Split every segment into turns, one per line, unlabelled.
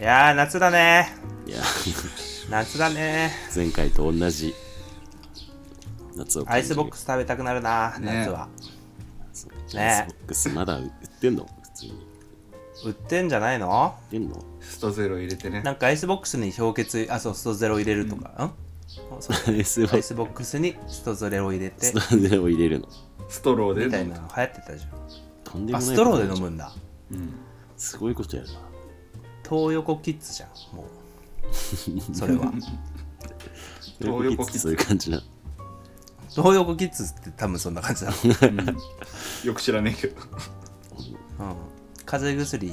いやー夏だね
いや
夏だね
前回と同じ夏を
ア
感
イ
じ
ス
る
ボックス食べたくなるな、
ね
夏は
そう
ね
アイスボックスまだ売ってんの普通に
売ってんじゃないの
売ってんの
ストゼロ入れてね
なんかアイスボックスに氷結あそうストゼロ入れるとか、うんそう
アイスボ
アイ
ック
スボックスにストゼロ入れて
スでも入れるの
ストロー
み
で
た
飲
い
ん
な
だ
の流行ってたじ
とんで
ゃん
も
あ
な
ス
い
トローで飲むんだ
うん
すごいことやな
東横キッズじゃんもうそれは
東横キッズ
そういう感じな
東横キッズって多分そんな感じだろ
うんよく知らねえけど
う、うん、風邪薬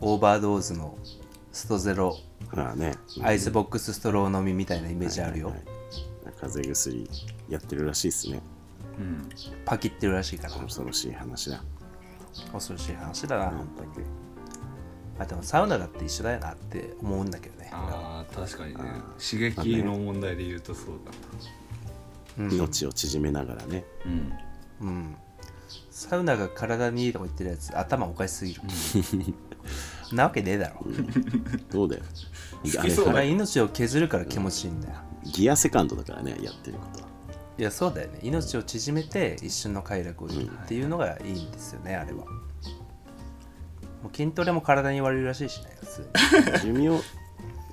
オーバードーズのストゼロ
まあね
アイスボックスストロー飲みみたいなイメージあるよ、
はいはいはい風邪薬やってるらしいですね
うん
パキってるらしいから
恐ろしい話だ
恐ろしい話だな、本当にあでもサウナだって一緒だよなって思うんだけどね
あー確かにね
あ
刺激の問題で言うとそうだ
うん、
命を縮めながらね
うん
うん、サウナが体にいいとか言ってるやつ頭おかしす ぎる、なわけねえだろ
どうだよ
好
あ
き
れ
そ
そ
うだ
れは
は
い命を削るから気持ちいいんだよ
ギアセカンドだからねやってることはい
やそうだよね命を縮めて一瞬の快楽を得るっていうのがいいんですよねあれはもう筋トレも体に悪いらしいしね普 通に
寿命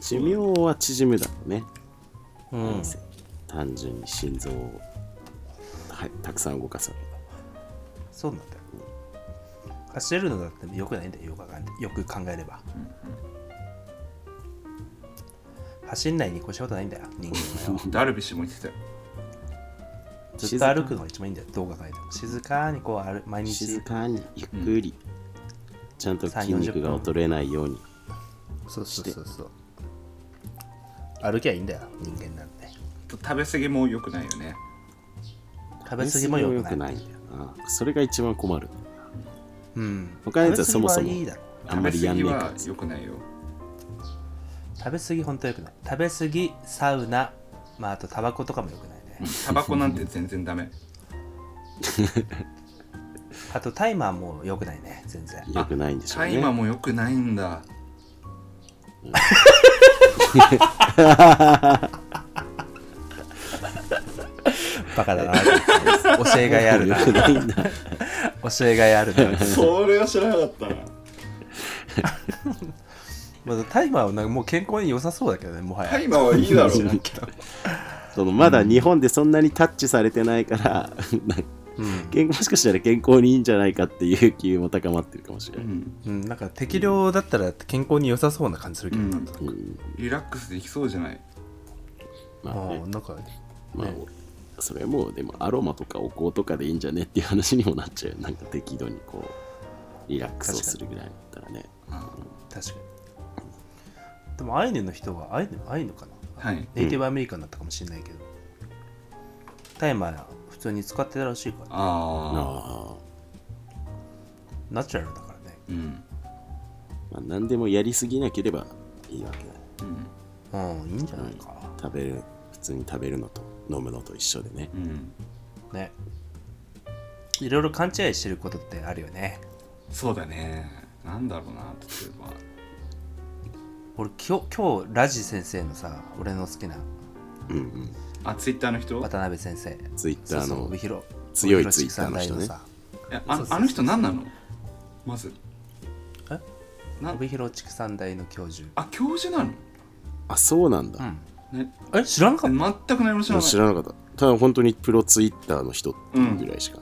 寿命は縮むだろうね、
うん
単純に心臓をはいたくさん動かさない
そうなんだよ走れるのだってよくないんだよよく考えよく考えれば、走んないに越したことないんだよ人間は
ダルビッシュも言ってたよ
ずっと歩くのが一番いいんだよ動画描いても静かにこう歩毎日
静かにゆっくり、ちゃんと筋肉が衰えないように
そうそうそうそう歩きゃいいんだよ人間なんて
食べ過ぎも良くないよね
食べ過ぎもよくない
んだよなそれが一番困る
うん
他のやつはそもそも
食べ過ぎはいいだろ
あんまりやんねえから
食べ過ぎは良くないよ
食べ過ぎ本当よくない食べ過ぎサウナまああとタバコとかもよくないね
タバコなんて全然ダ メ
あとタイマーもよくないね全然
よくないんでしょう
タ
ね
イマーも良くないんだ
バカだな教えがいあるな
よくないんだ
教えがいあるな
それは知らなか ったな
まあ、タイマーはなんかもう健康に良さそうだけどねもはや、
タイマーはいいだろ
知らんけど そのまだ日本でそんなにタッチされてないから、 なんか
うん
健もしかしたら健康にいいんじゃないかっていう気も高まってるかもしれ
う
ない、
ん、
うん、なんか適量だったら健康に良さそうな感じする
う
けど、
ん、
うん
リラックスできそうじゃない
まあね
ああなんか
まあ
ね
それもうでもアロマとかお香とかでいいんじゃねっていう話にもなっちゃうよなんか適度にこうリラックスをするぐらいだったらね
確かにでもアイヌの人はアイヌアイヌかな
はい
ネイティブアメリカンだったかもしれないけど、タイマー普通に使ってたらしいから
ああ
ああ
ナチュラルだからね
うん、
まあ、何でもやりすぎなければいいわけだ、
うん
うんいいんじゃないか、
食べる普通に食べるのと飲むのと一緒でね
うん、
ねいろいろ勘違いしてることってあるよね
そうだねなんだろうな例えば
俺今日今日ラジ先生のさ俺の好きな
うんうん
あ、ツイッターの人
渡辺先生
ツイッターの
帯広
強いツイッターの人ね
え
そうそう
あ
そう
あの人何なのまず
え
な
帯広畜産大の教授
あ教授なの、
あそうなんだ、
ん
ね、
え知らなかった
全く何も知ら
も
な
う
い
知らなかったただ本当にプロツイッターの人っていうぐらいしか、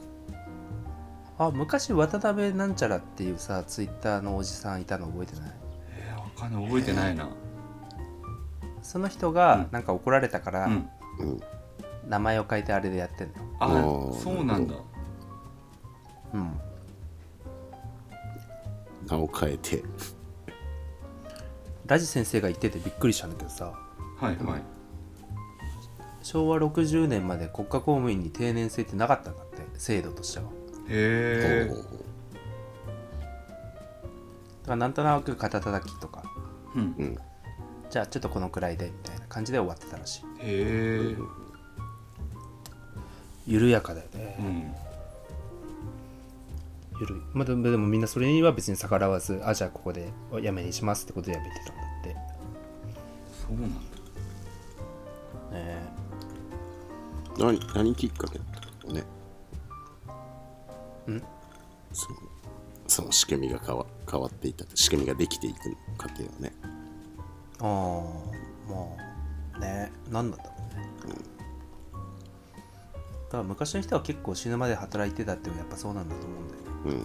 あ昔渡辺なんちゃらっていうさツイッターのおじさんいたの覚えてない
えーわかんない覚えてないな、
その人が
うん
なんか怒られたから、
うん、
うん、
名前を変えてあれでやってんのよ
あ
あー
そうなんだ
うん
名を変えて
ラジ先生が言っててびっくりしたんだけどさ
はいはい、
昭和60年まで国家公務員に定年制ってなかったんだって制度としては
へえ、
だからなんとなく肩たたきとか
うん、へ
じゃあちょっとこのくらいでみたいな感じで終わってたらし
え、
い緩やかだよね
うん、
緩い、まあ、でもでもみんなそれには別に逆らわずあじゃあここでやめにしますってことでやめてたんだっって、ね
そうなんだ
え
何何きっかけだったのね
ん
そのその仕組みが変わ変わっていた仕組みができていく過程はね
ああまあね何なんだろうねだから昔の人は結構死ぬまで働いてたっていうのはやっぱそうなんだと思うんだよね
うん
うん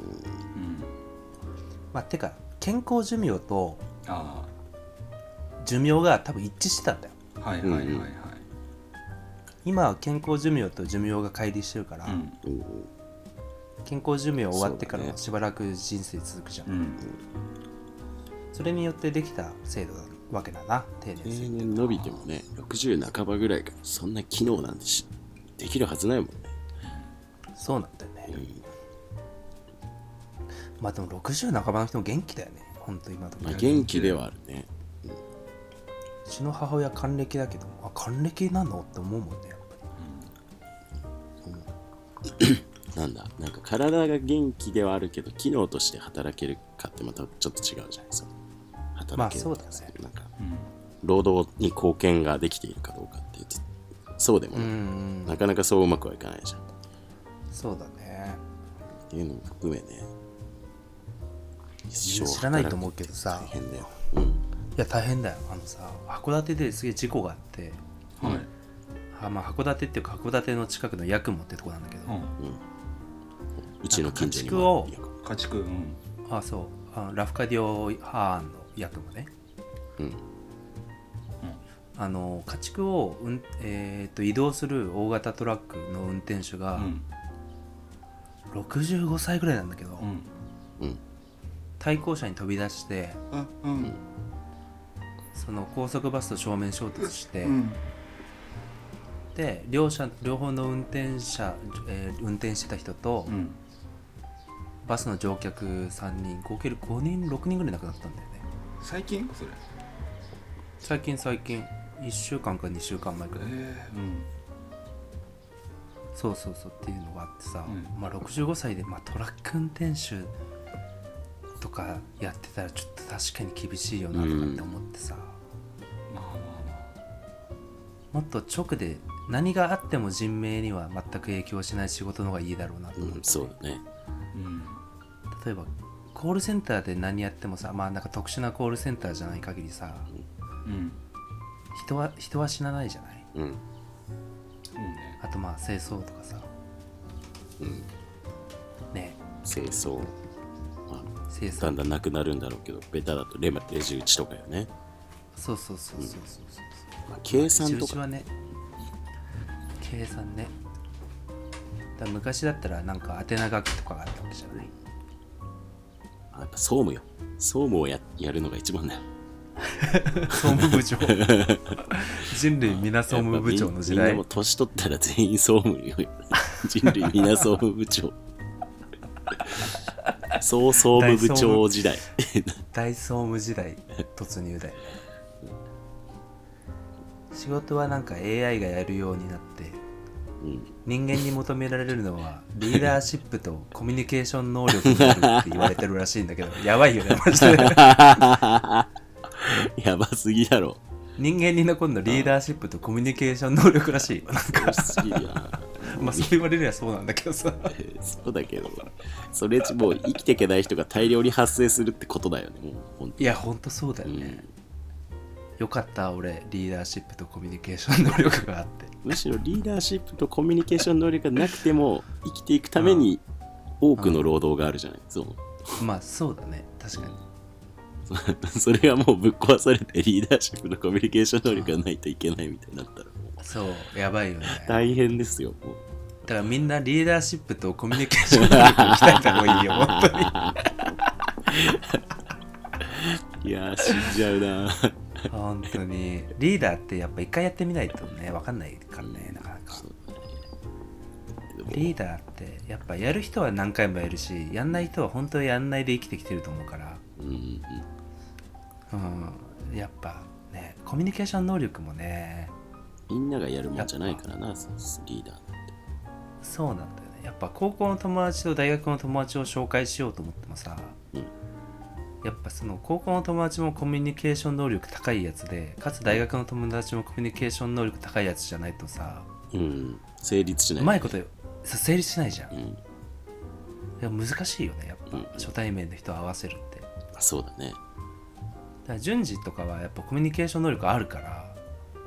まあてか健康寿命と
あ
寿命が多分一致してたんだよ
あはいはいはいはい
今は健康寿命と寿命が乖離してるから、
うん
うん
健康寿命終わってか
そうだ
ら
ね
しばらく人生続くじゃんそ,、
うん
れによってできた制度なわけだな定年制
定年伸びてもね60半ばぐらいからそんな機能なんてしできるはずないもんね、
そうなんだよね、
うん
まあでも60半ばの人も元気だよねほんと今と
まあ、
う
元気ではあるね
ちの母親還暦だけどあ還暦なのって思うもんねやっぱり
なんだなんか体が元気ではあるけど機能として働けるかってまたちょっと違うじゃないですか
まあ
働ける
そうだね
なんか
うん
労働に貢献ができているかどうかっていうとそうでも
う
な,、
ん
なかなかそううまくはいかないじゃんっ
そうだね
ていうのも含めね一生
知らないと思うけどさ
大変だよ、うん、
いや大変だよあのさ函館ですげえ事故があって
はい
あまあ函館っていうか函館の近くの八雲ってとこなんだけど、
うん
うちの近所にもあるよ
家畜うん
あそうあラフカディオ・ハーンの役もね
うん
あの家畜を、うんえー、と移動する大型トラックの運転手
う
が
ん
65歳ぐらいなんだけど、
うん
うん
対向車に飛び出して
あうん
その高速バスと正面衝突して、
うん
で両車両方の運転者、えー運転してた人と、
うん
バスの乗客3人合計5人6人ぐらい亡くなったんだよね
最近それ
最近最近1週間か2週間前くらい
ええうん
そうそうそうっていうのがあってさ、
うん
まあ、65歳で、まあ、トラック運転手とかやってたらちょっと確かに厳しいよなとかって思ってさ、
まあま
もっと直で何があっても人命には全く影響しない仕事の方がいいだろうなと
う
思っ
ん
て、
そうだね
あまあうん
例えばコールセンターで何やってもさまあなんか特殊なコールセンターじゃない限りさ
うん
人は人は死なないじゃない
うん
そうね
あとまあ清掃とかさ
うん
ね
清掃まあ
清掃
だんだんなくなるんだろうけどベタだとレマレジ打ちとかよね、
そうそうそうそうそうそう、
まあ、計算と
印は
か
ね計算ねだから昔だったらなんか宛名書きとかがあったわけじゃ ない
あやっぱ総務よ総務をややるのが一番だよ
総務部長人類皆総務部長の時
やっぱみんみんな
代
もう年取ったら全員総務よ 人類皆総務部 長総総務部長時代
大総務時代突入だよね仕事はなんか AI がやるようになって
うん
人間に求められるのはリーダーシップとコミュニケーション能力になるって言われてるらしいんだけどやばいよねマジ で
やばすぎだろ
人間に残るのリーダーシップとコミュニケーション能力らしいよなんか
やばすぎるよな
まあそう言われりゃそうなんだけどさ
そうだけどそれもう生きていけない人が大量に発生するってことだよねもう本
いやほんとそうだ
当
よ
に、
ね、
うん
よかった俺リーダーシップとコミュニケーション能力があって
むしろリーダーシップとコミュニケーション能力がなくても生きていくために多くの労働があるじゃない、そう
まあそうだね確かに
それがもうぶっ壊されてリーダーシップのコミュニケーション能力がないといけないみたいになったらもう
そうやばいよね だ
大変ですよもう
からみんなリーダーシップとコミュニケーション能力を鍛えた方がいいよ本当に
いやー死んじゃうな
本当にリーダーってやっぱ一回やってみないとね分かんないからねなかなか
でも
リーダーってやっぱやる人は何回もやるしやんない人は本当にやんないで生きてきてると思うから
うんうん
うんやっぱねコミュニケーション能力もね
みんながやるもんじゃないからなそうリーダー
そうなんだよねやっぱ高校の友達と大学の友達を紹介しようと思ってもさ、
うん
やっぱその高校の友達もコミュニケーション能力高いやつでかつ大学の友達もコミュニケーション能力高いやつじゃないとさ
うん成立しな
う
い
まいことさ成立しないじゃん
う
い
ん
や難しいよねやっぱ
うん
初対面の人を合わせるってだか
そうだね
ら順次とかはやっぱコミュニケーション能力あるから
あ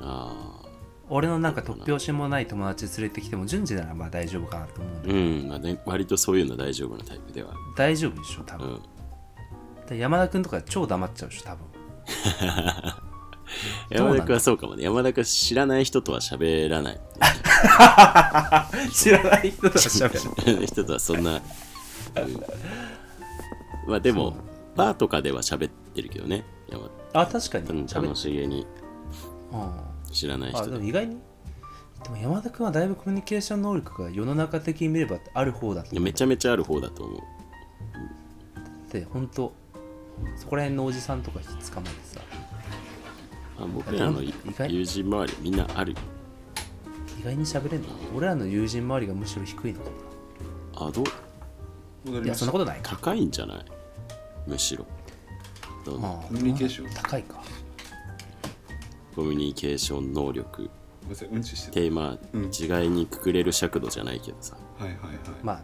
あ
俺のなんか突拍子もない友達連れてきても順次ならまあ大丈夫かなと思うんだけ
う
ど、
ん、まあね、割とそういうの大丈夫なタイプでは
大丈夫でしょ多
ある
分、で山田君とか超黙っちゃうでしょ多分
うん、
どうなの
山田君はそうかもね山田君は知らない人とは喋らない
知らない人と
知
喋
ら
る
ない人とはそんな、うん、まあでもバーとかでは喋ってるけどね山
あ確か
田う
に
ん
喋
楽
っ
しげに
うん
知らない
あ
人
で
で
も意外にでも山田君はだいぶコミュニケーション能力が世の中的に見ればある方だと思
いや
う
めちゃめちゃある方だと思う
って本当そこら辺のおじさんとか捕まえてさ
あ僕らの
意外
友人周りみんなある
意外に喋れんの俺らの友人周りがむしろ低いのか
あどう
戻
ないや
りま
そ
し
ん
た
なことないか、
高いんじゃないむしろどう
うん
なの
コミュニケーション
高いか
コミュニケーション能力
ごめんなさいうんちし
っててまあ
うん
一概にくくれる尺度じゃないけどさ、
たはいはいはい、
まあね、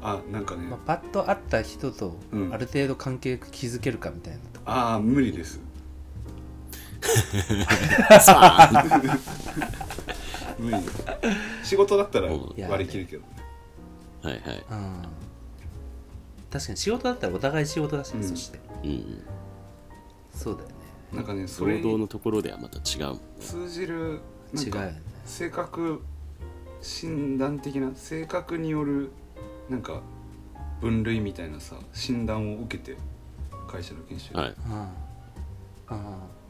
あなんかね
まあ、パッと会った人と
うん
ある程度関係築けるかみたいなとこ
ああ無理です
さあ
無理です仕事だったら
うん
いや
割り切るけどね
はいはい
うん確かに仕事だったらお互い仕事だしね、
うん
そして
うんうん
そうだよね
なんかねそれ
労働
に
のところではまた違う
通じるな
違う
ん
よ
か
ね
性格診断的な性格によるなんか分類みたいなさ診断を受けて会社の研修で、
はい
うんうん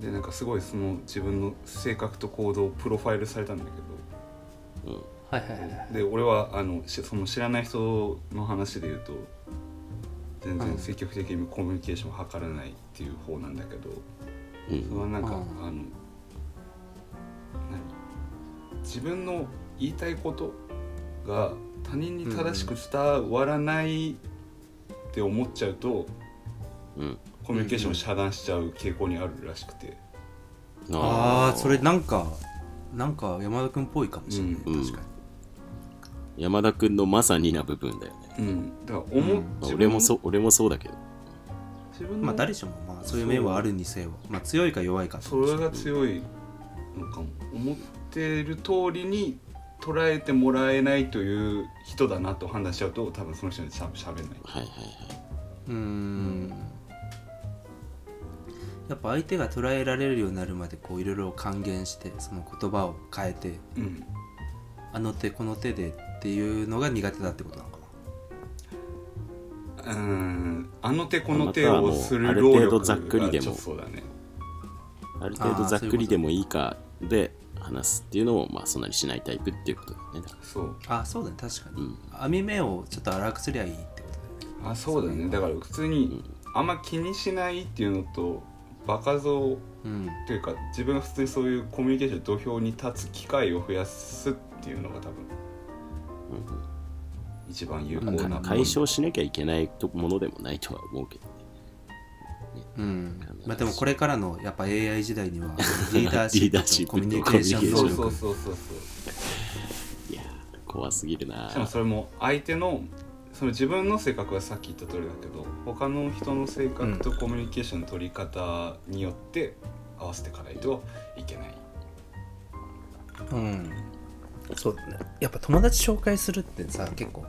でなんかすごいその自分の性格と行動をプロファイルされたんだけ
うん
はいはいはいはい
どで俺はあのしその知らない人の話で言うと全
う
然
ん
積極的にコミュニケーションを図らないっていう方なんだけど
う
そ
ん
れはなんか、
うん
あの何自分の言いたいことが他人に正しく伝わらないって思っちゃうと、
うん
コミュニケーションを遮断しちゃう傾向にあるらしくて、
あ
ー
あそれなんかなんか山田君っぽいかもしれない、
うん
確か
山田君のまさにな部分だよね、
うん、だから
う
思、
ん
まあ
自分
俺もそう俺もそうだけど
自
に
分の、
まあ誰しもまあそういう面はあるにせよまあ強いか弱いかって
それが強いのかも思ってる通りに捉えてもらえないという人だなと判断しちゃうと多分その人にしゃしゃべんない
はいはいはいう
ーんやっぱ相手が捉えられるようになるまでこういろいろ還元してその言葉を変えて
うん
あの手この手でっていうのが苦手だってことなのか
うーんあの手この手をする労
あなたはもうある程
力
度ざっくりでも
がちょっとそうだね
ある程
あ
度
ー
ざっくりでもいいかで話すっていうのをまあそんなにしないタイプっていうことだよねだか
そう
なあそうだね確から
う
に、
ん
網目をちょっと荒くすりゃいいってことだよね
あそうだねだから普通にあんま気にしないっていうのとバカ像
うん
というか自分が普通にそういうコミュニケーション土俵に立つ機会を増やすっていうのが多分
うん
一番有効
うん
な
まあ解消しなきゃいけないとものでもないとは思うけどね
うんまあ、でもこれからのやっぱ AI 時代に はリーダー
リーダーシ
シップとコ
ップ
ミュニケーション能
そう
力
そうそうそうそう
いやー怖すぎるな
しかも
ー
それも相手のその自分の性格はさっき言った通りだけど他の人の性格とコミュニケーションの取り方によって合わせていかないといけない
うんそうだねやっぱ友達紹介するってさ結構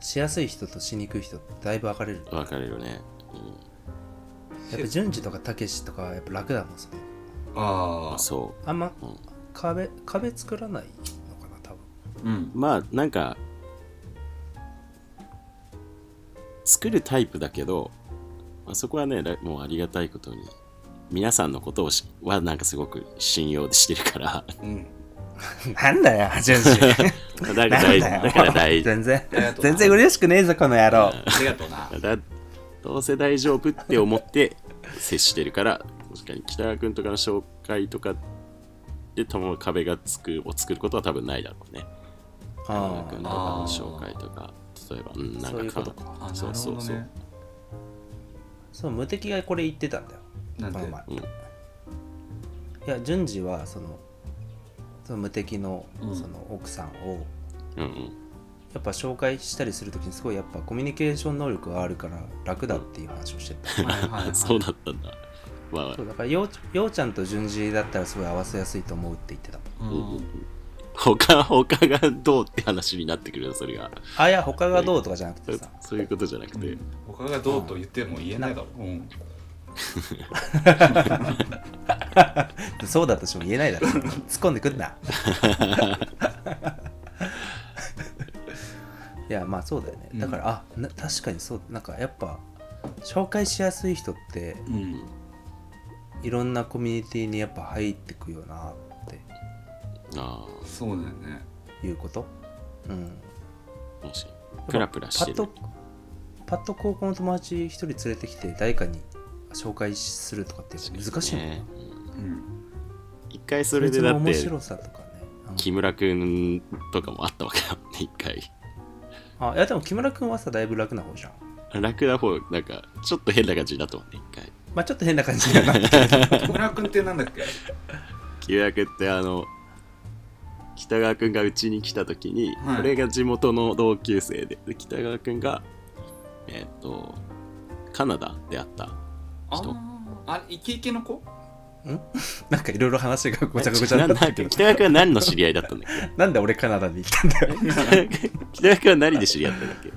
しやすい人としにくい人ってだいぶ分かれる
分かれるね、
やっぱ順次とかたけしとかはやっぱ楽だもんそれ
うん、
あ
あそ
あんま
う、うん、
壁壁作らないのかな多分
ううん
まあなんか作るタイプだけど、まあ、そこはねらもうありがたいことに皆さんのことをしはなんかすごく信用してるから
うん
なんだよ順次
だから大
なんだよ
だから大
全然
りがとう
全然嬉しくねえぞこの野郎
ありがとう な。
だどうせ大丈夫って思って接してるから確かに北川君とかの紹介とかで友の壁がつくを作ることは多分ないだろうね北川
あ
君とか
あ
の紹介とか例えば、うん、なんか
そういうことか
そうそうそう、
そう無敵がこれ言ってたんだよ
なん
こ
て
の前
うん
いや順次はそのその無敵の
うん
その奥さんを
うんうん
やっぱ紹介したりするときにすごいやっぱコミュニケーション能力があるから楽だっていう話をしてた
はいはいはい
そうだったんだまあ
そうだからようようちゃんと順次だったらすごい合わせやすいと思うって言ってた
う
うんうんうんん他他がどうって話になってくるよそれが
あいや他がどうとかじゃなく
そ
て
う
さ
そういうことじゃなくて、
他がどうと言っても言えないだろう、うん、
そうだとしても言えない だろ突っ込んでくんないやまあそうだよねだから、あな確かにそうなんかやっぱ紹介しやすい人って
うん
いろんなコミュニティにやっぱ入ってくよなって
あ
そうだよね
いうことうん
あ確かにプラプラして
パッ
る
とパッと高校の友達一人連れてきて誰かに紹介するとかってやっぱ難しいもんね
ね
うん
一回それでだ
そ
っ
いつの面
て
白さとかね、うん
木村くんとかもあったわけだもんね一回
あいやでも木村君はさだいぶ楽な方じゃん
楽な方なんかちょっと変な感じになったもんね一回
まあちょっと変な感じだな
木村君ってなんだっけ
木村くんってあの北川くんがうちに来た時に、
はい
これが地元の同級生でで北川くんがえっ、とカナダであった
あ
人
あイケイケの子
なんかいろいろ話がごちゃごちゃ
な
にな
なん
ってるけ
だっけ
ど
北川くんは何の知り合いだったんだっけ
なんで俺カナダに行ったんだよ
北川くんは何で知り合ったんだっけ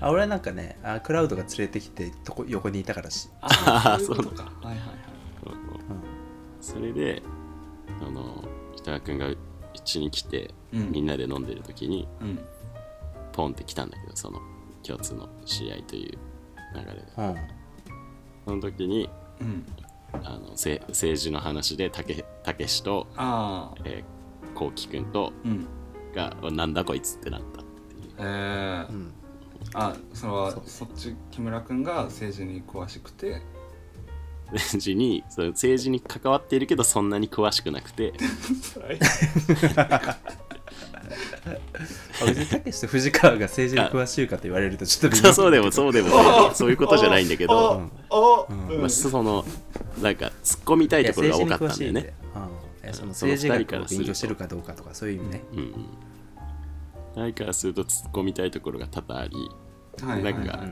あ俺はなんかねあクラウドが連れてきてとこ横にいたからし、
あー
いうことかはいはいはい
うん
それであの北川くんがうちに来て
うん
みんなで飲んでる時に、
うん
ポンって来たんだけどその共通の知り合いという流れで
うん、
その時に
うん
あのせ政治の話でたけたけしと、
ああ
えー、こうきくんと
うん
がなんだこいつってなったっていう
えー
うん、
あそれは
そう
そっち木村君が政治に詳しくて
政治にその政治に関わっているけどそんなに詳しくなくて
あ別にたけしと藤川が政治に詳しいかと言われるとちょっと微
そ
妙
うそうでもそうでも ないそういうことじゃないんだけど、
おお
うん
まあ、そのなんか突っ込みたいところが多かったんだよ
いや
ね
政治に詳しいんで、うんいや、その
その二
政治学を
人からすると
勉強してるかどうかとかそういう意味ね、
うんうん誰からすると突っ込みたいところが多々あり
はいはい
な
は
いんか、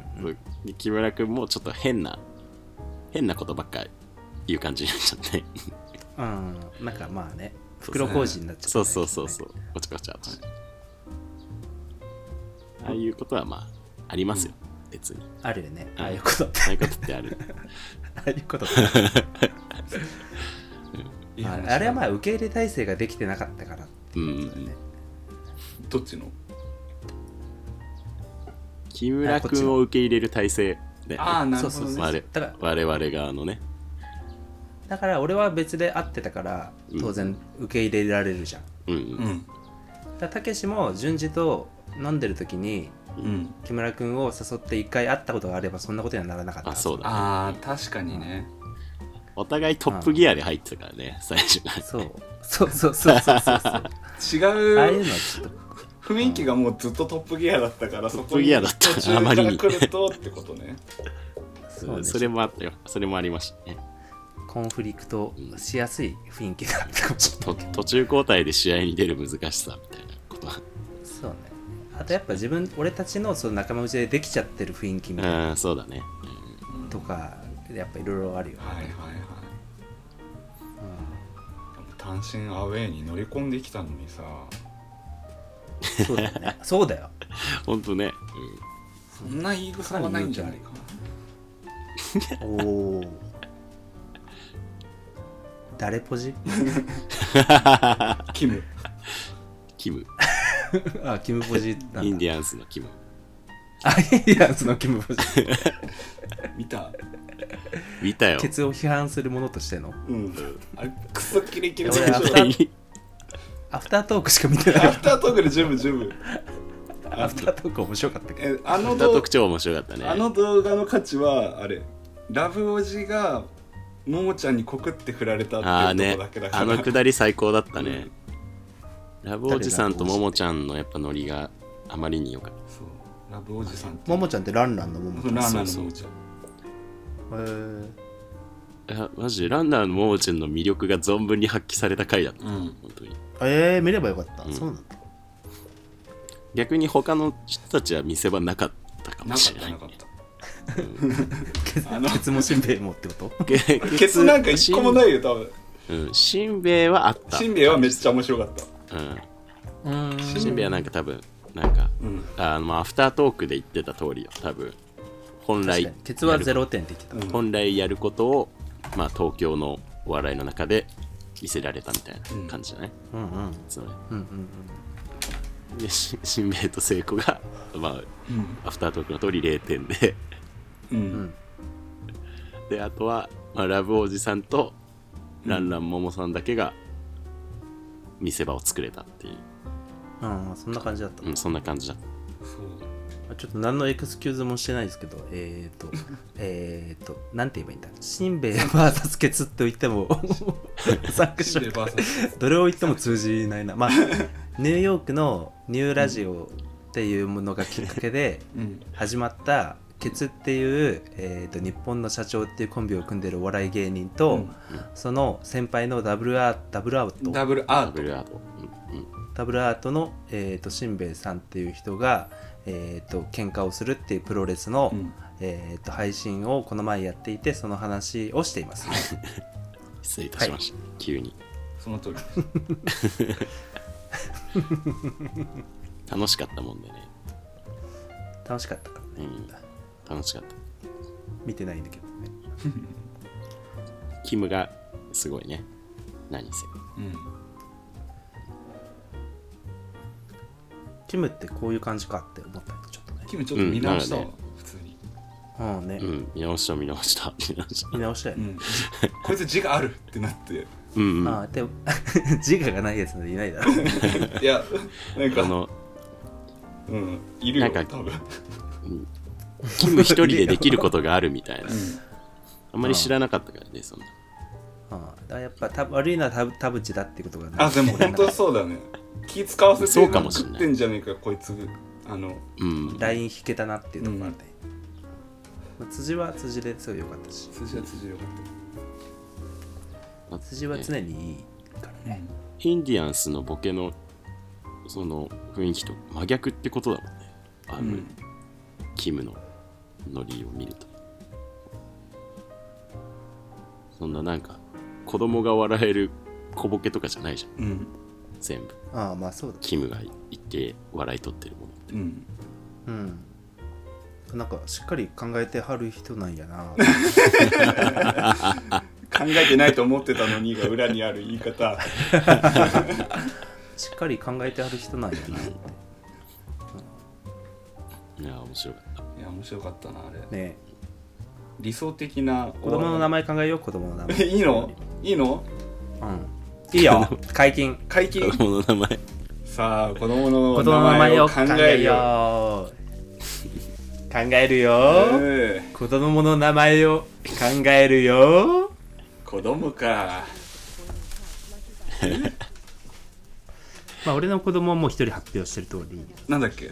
で木村君もちょっと変な変なことばっか言う感じになっちゃ って
うんなんかまあね袋小路になっちゃった
そ
ね、
うそうそうそうごちゃごちゃとああいうことはまあありますよ、別に
あるよねああいうことって
ああいうことってあ る
ああいうことって
いい
あ
話
れあれはまあ受け入れ体制ができてなかったからっていうことだよね、
どっちの
木村君を受け入れる体制で、
ああなる
そう
ほ
そ
ど
う
ね
そうだ
あれ
から
我々側のね
だから俺は別で会ってたから
うん
当然受け入れられるじゃん、
うん、う、
うんん
だからたけしも順次と飲んでる時に
うん
木村君を誘って一回会ったことがあればそんなことにはならなかった
あそうだ
ああ確かにね
お互いトップギアで入ってたからね最初が
そうそうそうそうそうそ うそうあ
違
あいう
う
のはちょっと
雰囲気がもうずっとトップギアだったからそ
トッ
こ
プ
に
ギアだった
途中
あま
か
り
ら
に
来るとってことね
そう、ね、
それもあったよそれもありましたね
コンフリクトしやすい雰囲気があったかもしれない
と途中交代で試合に出る難しさみたいなことは
そうねあとやっぱ自分俺たちのその仲間内でできちゃってる雰囲気みたいな
うん、そうだね。
とかやっぱいろいろあるよ、
はいはいはい
うん
単身アウェーに乗り込んできたのにさ
そうだよ ねそうだよ
ほんとね。
そんな言い草はないんじゃないかな
おお 誰ポジ
キム
キム。
あキムポジなんだ
インディアンスのキム。
あインディアンスのキムポジ
見た
見たよ。
ケツを批判するものとしての
うんあれクソキレキレでし
俺
ょ
アフターアフタートークしか見てない
アフタートークで十分十分
アフタートーク面白かったけど
えあの
歌
動
特徴面白かったね。
あの動画の価値はあれラブおじがももちゃんに告って振られた
あー
っていう
ね
とこだけだ。か
あ
ら
のくだり最高だったね。ラブおじさんとももちゃんのやっぱノリがあまりに良かっ
そうラブおじさんって
ももちゃんってランランのもも
そ
ち
うランラン
そうそう
のももちゃん
へー
いやマジでランナーのモーちゃんの魅力が存分に発揮された回だった、
うん
本当に
えー、見ればよかった、
うん
そうなんだ
逆に他の人たちは見せ場なかったかも
なか
し
っ
れ
た
ない
なかった
ケツ
あの
ケツもしんべヱもってこと
け
ケツなんか一個もないいよ多分
うんしんべヱはあった
しんべヱはめっちゃ面白かった
うー
うんんしんべヱはなんか多分なんか
うん
あのまあアフタートークで言ってた通りよ多分本
確か
来
にケツは
やる
0点って言ってた、
うん
本来やることを、まあ、東京のお笑いの中で見せられたみたいな感じじゃない、
うんうん
つま
うんうん
りでししんべ ヱと聖子が、まあ、アフタートークの通り0点で
う
うんん
であとは、まあ、ラブおじさんとランランももさんだけが見せ場を作れたっていう、
うん、うん、そんな感じだった、
うん、そんな感じだった
そう
ちょっと何のエクスキューズもしてないですけどえっ、ー、と えっとなんて言えばいいんだしんべヱ VS ケツと言って も参加
し
者
んべヱ VS
どれを言っても通じないなまあニューヨークのニューラジオっていうものがきっかけで
うん
始まったケツっていう、えー、と日本の社長っていうコンビを組んでるお笑い芸人と、
うん
その先輩のダブルアーダブルアート
ダブルア
ダ
ー
ブ
ト
ルアート、うんうん
ダブルアートの、えー、としんべヱさんっていう人が、えー、と喧嘩をするっていうプロレスの、
うん
えー、と配信をこの前やっていてその話をしています
失礼いたしました、急に
その通り
楽しかったもんでね、
楽しかったから
う
ね
ん、楽しかった
見てないんだけどね
キムがすごいね何せ
うん
キムってこういう感じかって思ったけどちょっとね
キムちょっと見直したわ
うんな
普通に
うんね、
うん見直した見直した 見直した
見直したよ
う
ね、
んこいつ字があるってなって
うんうん
あ
あ
あでも 自我がないやつなんていないだろう
いやなんか
の
うんいるよ
なんか
多分
キム一人でできることがあるみたいなあんまり知らなかったからねそんな
うんだからやっぱた悪いのは田田淵だってことがね
あでも本当そうだね気使わせ
そう
て
かもしんない
食ってんじゃねえかこいつあの
うん
ライン引けたなっていうところがあって、まあ、辻は辻ですごい良かったし
辻は辻よかった
辻は常にいいからね
インディアンスのボケのその雰囲気と真逆ってことだもんねあの、
うん
キムのノリを見るとそんななんか子供が笑える小ボケとかじゃないじゃん
うん
全部
ああまあそうだ
キムが言って笑い取ってるもの
うん
うんなんかしっかり考えてはる人なんや な
考えてないと思ってたのにが裏にある言い方
しっかり考えてはる人なんやなって
いや面白かった
いや面白かったなあ れ
ね
理想的な
子供の名
前
前考えよう子供の名前
いいのいいの
うんいいよ解禁
解禁
子供の名前
さあ子供の
子供の
名
名
前
前
を
を
考
考
え
え
るよ
よ う考えるよ
うん
子供の名前を考えるよ
子供か
まあ俺の子供はもう一人発表してる通り
なんだっけ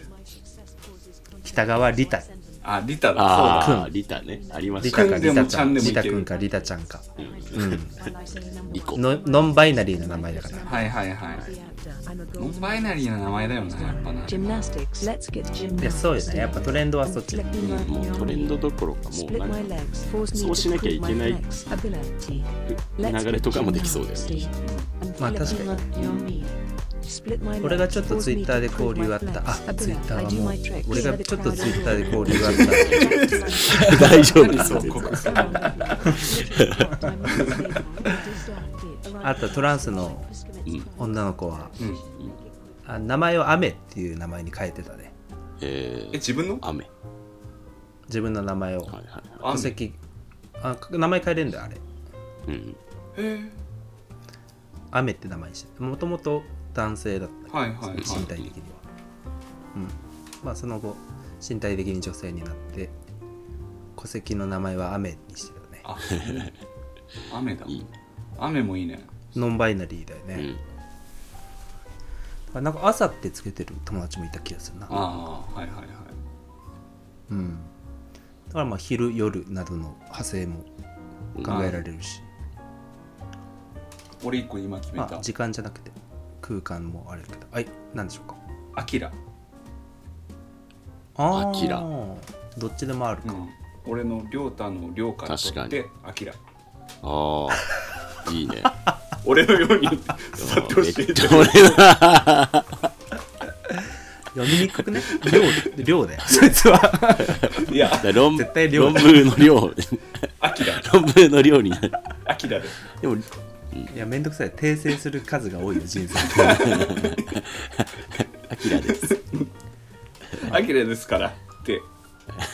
北川リタ
あリタだ
ああリタねありま
リ
した
タか
組んで
リ
も
タちゃん
ちゃんでもい
リ
け
タ
る
くんかリタちゃんか
リコ
のノンバイナリーの名前だから
そうだはいはいはいノンバイナリーな名前だよなやっぱな
Gymnastics. Let's get
いや
gymnastics.
そうよねやっぱトレンドはそっち
Let me
うん
work
も
my
う
arm.
トレンドどころかもう
Split
なんか
my legs. Force me
そうしな
to
きゃい
prove
け
my
ない
flex ability.
流れとかもできそうだよ
Let's
ね
get gymnastics.
まあ確かに
Split my legs.
俺がちょっとツイッターで交流あったあ
Force me to prove my flex
ツイッターはもう俺が
ability. I do my tricks.
ちょっとツイッターで交流があ っ
大丈夫ですよ全然
たあとトランスの女の子は
うん
あ名前をアメっていう名前に変えてたね
えー、
え自分の
雨
自分の名前を
はいはいは
あ
戸籍あ名前変えれるんだよあれ
いうん
へえ
アメって名前にしてもともと男性だった
はいはいはい
身体的には、うんまあその後身体的に女性になって戸籍の名前はアメにしてたね
あ雨だ
いい
雨もいいね
ノンバイナリーだよ
う
ね、
ん
あなんか朝ってつけてる友達もいた気がするな
ああはいはいはい
うんからまあ昼夜などの派生も考えられるし、
俺一個今決め
ま
た
あ時間じゃなくて空間もあるけどはい何でしょうか
「アキラ
あー
アキラ
どっちでもある」か、
俺の亮太の亮から取って「アキラ
ああいいね」
俺のように座ってほし
めっ
い
ちゃ俺だ
読みにくく ね量量 だよそいつはい
や
論
絶対量
論文の量
「アキラ
論文の量になる」
「アキラ」で
でも
いやめんどくさい訂正する数が 多いよ人生
アキラです
「アキラですから」って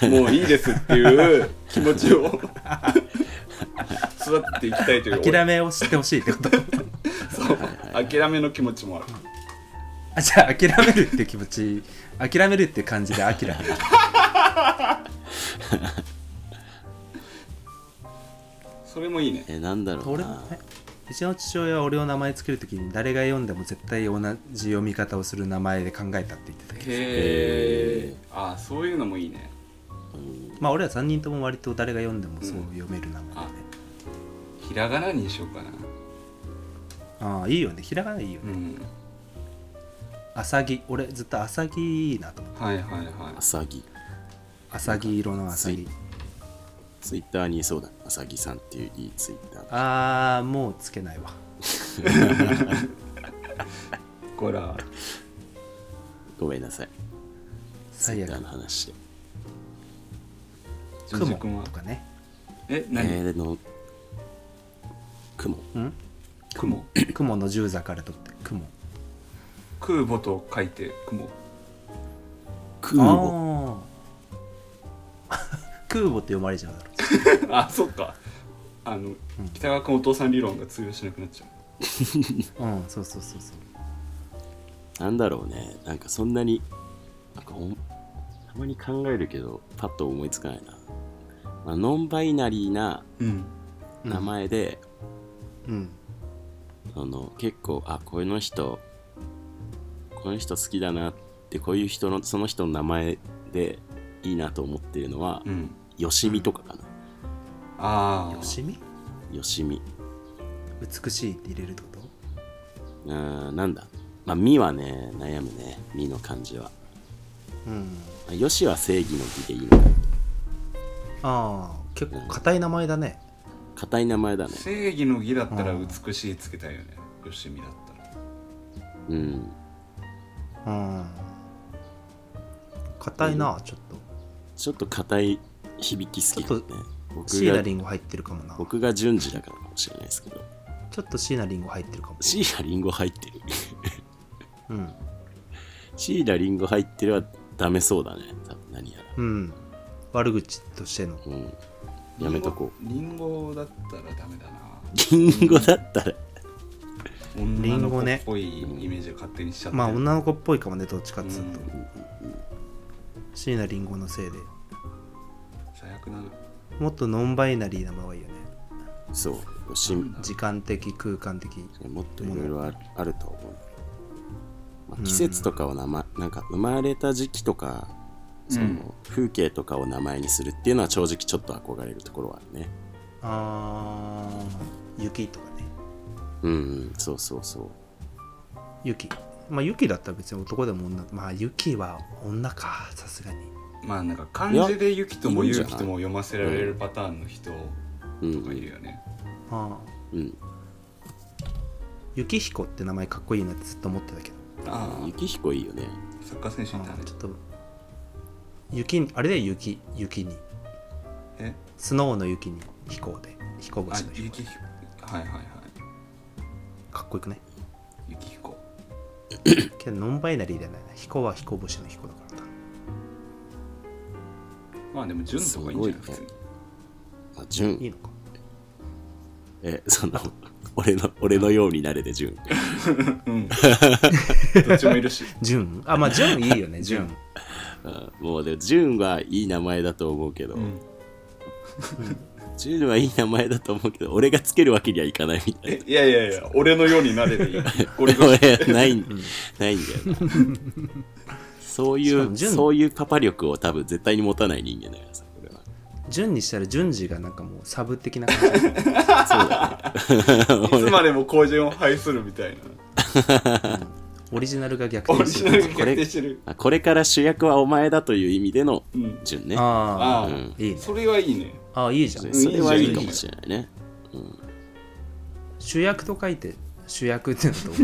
もういいですっていう気持ちを育っていきたいという
諦めを知ってほしいってこと
そう諦めの気持ちもある
あじゃあ諦めるっていう気持ち諦めるっていう感じで諦める
それもいいね
えなんだろう
俺
な
えうちの父親は俺を名前つけるときに誰が読んでも絶対同じ読み方をする名前で考えたって言ってたけど
へえあそういうのもいいね
まあ俺は3人とも割と誰が読んでもそう読める名前で、
ひらがなにしようかな
ああいいよねひらがないいよ
う
ね
ん
アサギ俺ずっとアサギいいなと思って
はいはいは
アサギ
アサギ色のアサギ
ツイッターにいそうだアサギさんっていういいツイッター
ああもうつけないわ
いこら
ごめんなさいツ
最
イッター
悪
の話で
ジョージ君
雲
は
とかね
え
え
何
ー、の雲
うん
雲
雲の十座から取って雲
空母と書いて雲
空母
あー 空母って読まれちゃうだろ
あそっかあの、北川君お父さん理論が通用しなくなっちゃう
うんそうそうそうそう
なんだろうねなんかそんなになんかおんたまに考えるけどパッと思いつかないな、まあ、ノンバイナリーな
うん
うん
名前で、
うん
その結構あこの人この人好きだなってこういう人のその人の名前でいいなと思ってるのは、
うん
よしみとかかな
あ
よ
あ
しみ
よしみ
美しいって入れるってこと
うーんなんだまあみはね悩むねみの漢字は
うん
まあよしは正義の義でいいのか
ああ結構硬い名前だね
硬い名前だね
正義の義だったら美しいつけたいよねよしみだったら
うん
うん硬いなちょっと
ちょっと硬い響き好きだね
ちょ
僕
椎名
が
林檎入ってるかもな
僕が順次だからかもしれないですけど
ちょっと椎名林檎入ってるかも
シーラリンゴ入ってる
うん
シーラリンゴ入ってるはダメそうだね多分何やら
うん悪口としての
うんやめとこう
リンゴだったらダメだな
リンゴだったら、
女の子
ね
っぽいイメージを勝手にしちゃって
まあ
る
女の子っぽいかもねどっちかっつうと
うん
椎名林檎のせいで
最悪だな
もっとノンバイナリーな場合よね
そう、しん
時間的空間的
もっといろいろあるあると思う。
う
まあ、
ん
季節とかを名前、なんか生まれた時期とか、そ
うん
の風景とかを名前にするっていうのは正直ちょっと憧れるところはあるね。
あー雪とかね
うん、うん、そうそうそう。
雪まあ雪だったら別に男でも女まあ雪は女かさすがに
まあなんか漢字で「ゆき」とも「
いや
ゆうき」とも読ませられるパターンの人
う
とかいる
ん、
よね
ああ
うん。
雪彦って名前かっこいいなってずっと思ってたけど
ああ
雪彦いいよね。
サッカー選手みたい
あ
な
あちょっと雪あれだよ雪雪に
え
スノーの雪に飛行で飛行
あ
星の飛
ゆ
行
きはいはいはい
かっこよくね
ゆきひこ
けどノンバイナリーだよね飛行は飛行星の飛行だからな
まあでも純とかいいんじゃない
すご
普
い
通
ね
に
あ、
いい
純。
のか
え、その、俺の、俺のようになれで純。
どっちもいるし
純あまあ純いいよね純
うんもうで、純はいい名前だと思うけど、
うん
純はいい名前だと思うけど、俺がつけるわけにはいかないみたいな。
いやいやいや俺のようになれでいいゴリゴリ
俺ないんないんだよなそうい
しかも
う
純
そういうパパ力を多分絶対に持たない人間だからさこれは
順にしたら順次がなんかもうサブ的な感じ
いつまでも後順を排するみたいな
オリジナルが逆
オリ
転す
ジ
る
ナルが決定してる
あこれから主役はお前だという意味での
うん
順ね。
あ
ああ、
うん
あいいね
それはいいね
ああいいじゃん
ん
それはいいかもしれないね。うん
主役と書いて主役ってのと
い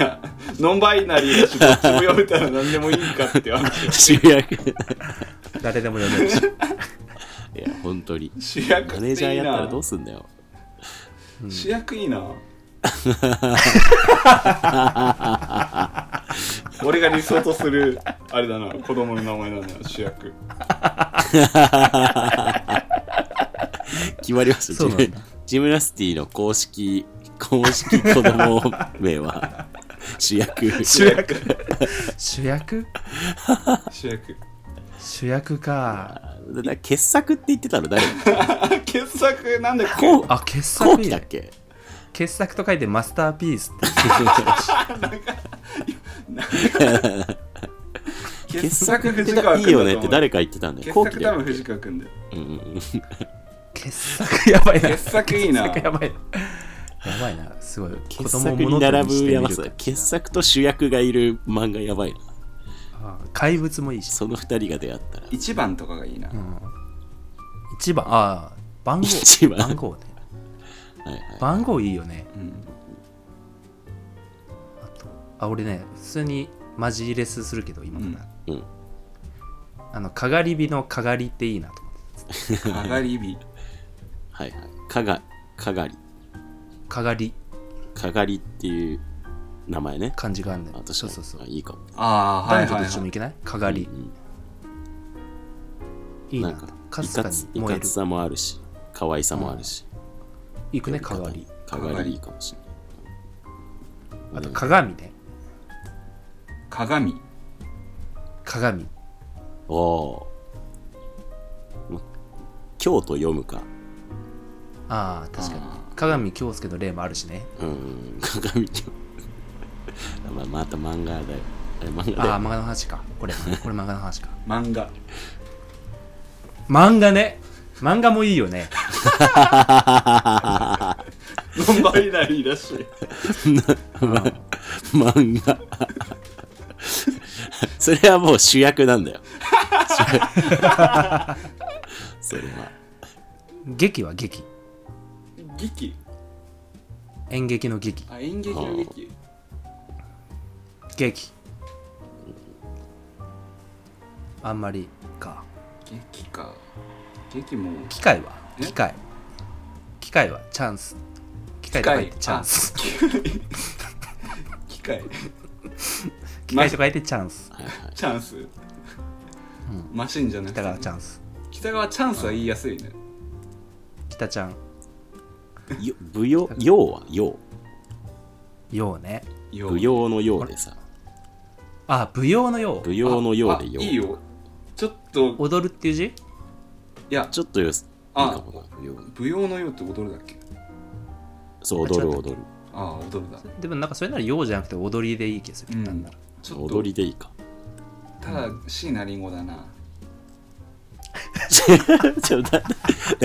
やノンバイナリーだしどっちも読めたら何でもいいかって話
主 役。い
誰でも読めるし、
や、本当に。
主役
マ
っ
ネージャー
ていい
やったら
な
どうすんだよ。
うん
主役い いな俺が理想とするあれだな子供の名前なんだな主役
決まりました。
そうなんだ
ジムジムナスティの公式、公式子供名 は主役。
主役
主役
主役
主役か
あだから傑作って言ってた の誰
傑作なんだっけ
こう、
あ傑
後
作い
期
い
だっ
ね
け
傑作と書いてマスターピースって
傑
傑
作
作
って
藤川君
いいよねって誰か言ってたんだ
傑
よ。後
作
期
多
だ
分
よ。
藤川君で
うんうんうん
傑作やばいな
傑作いいな
傑作やばいなやばいなすごい
傑作に
物取
並
りして
ぶ
み
や
る
ば
か
さ。傑作と主役がいる漫画やばいな。
ああ怪物もいいし、
その二人が出会ったら。
一番とかがいいな
うん、一番ああ番号
一番
番号ね
はいはい
番号いいよね
うん
あとあ俺ね普通にマジレスするけど今から、
うんうん
あのかがり火のかがりっていいなと思って
上がり火
はいはい。かが、かがり。
かがり
かがりっていう名前ね。
感じがあるんだよ
あ、確か
そう
に。
そうそう
あいいかも。
ああはい
男
は
女
い、
と一緒
は
も
い
いけないかがり
うん
いい
な
なん
か、
か
い
す
か
か
つ、
に
い
燃える
かつさもあるし、可愛さもあるし。
いくねかがり
かがりいいかもしれな
あ
い。
と鏡ね
鏡
鏡
おおー。ま京と読むか。
ああ確かに
あ
鏡京介の例もあるしね
うん、鏡京。 まあ、また漫画だよ。あれ漫画だ
ああ
よ。
漫画の話かこれこれ漫画の話か
漫画
漫画ね漫画もいいよね
ノンバイナリーだし
漫画。 それはもう主役なんだよ。主役 それは。
劇は劇
劇
演劇の劇
あ演劇の劇
劇あんまりか
劇か劇も
機械は
え
機械機械はチャンス機械と書いてチャンス
機械
機械と書いてチャンス
はいはい。
チャンス、マシンじゃなくて
北川チャンス
北川チャンスは言いやすいね
北ちゃん
よ舞踊、要は要。
ようね
よう
舞踊のようでさ。
あ舞踊のよう
舞踊のようで
あ
よう。
いいよちょっと
踊るっていう字
いや
ちょっとよ、いいかもな。舞踊
舞踊のようって踊るだっけ
そう、
あ違っ
踊
た
る踊る。
ああ踊るだ
でもなんかそれならようじゃなくて踊りでいい気がする、
うん
なんなら
ちょっと
踊りでいいか。
ただ椎名林檎だな
ちょだだ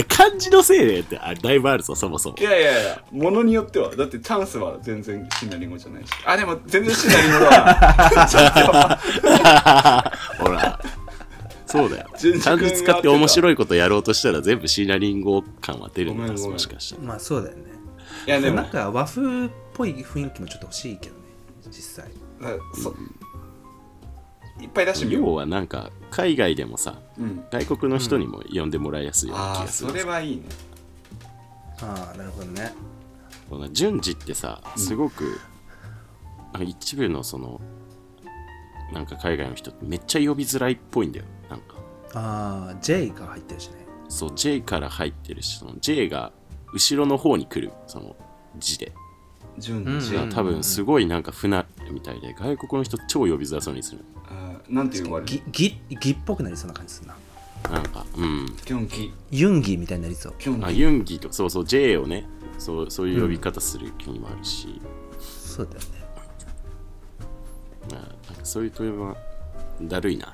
漢字のせ いでってあだいぶあるぞ、そもそも
い。やいやいやものによってはだってチャンスは全然椎名林檎じゃないしあでも全然椎名林檎だ わ
ほら。そうだよ。
順
漢
軸に
字使って面白いことやろうとしたら全部シーナリンゴ感は出るの
ご
か
めんごめん
もしかしたら。
まあそうだよね
いやでも
なんか和風っぽい雰囲気もちょっと欲しいけどね実際
あそういっぱい出してみよ
要はなんか海外でもさ、
う、うん、
外国の人にも呼んでもらいやすいような気
ああ
がする
そ。れはいいね
ああなるほどね
この順次ってさ、すごく、なんか一部のその、なんか海外の人ってめっちゃ呼びづらいっぽいんだよ。なんか、
ああ J が入ってるしね
そう、J から入ってるし、その J が後ろの方に来る、その字で。
順
う
次、
ん
が多分すごいなんか不慣れみたいで、外国の人超呼びづらそうにする。
あーなんて呼ばれる
ぎぎぎっぽくなりそうな感じするな
なんか、うん。
ピョンキ
ユンギみたいになりそう
ピョン
あ
キ
ユンギとかそうそう J をねそうそういう呼び方する国もあるし、
そうだよね
まあ、なんかそういう問いはだるいな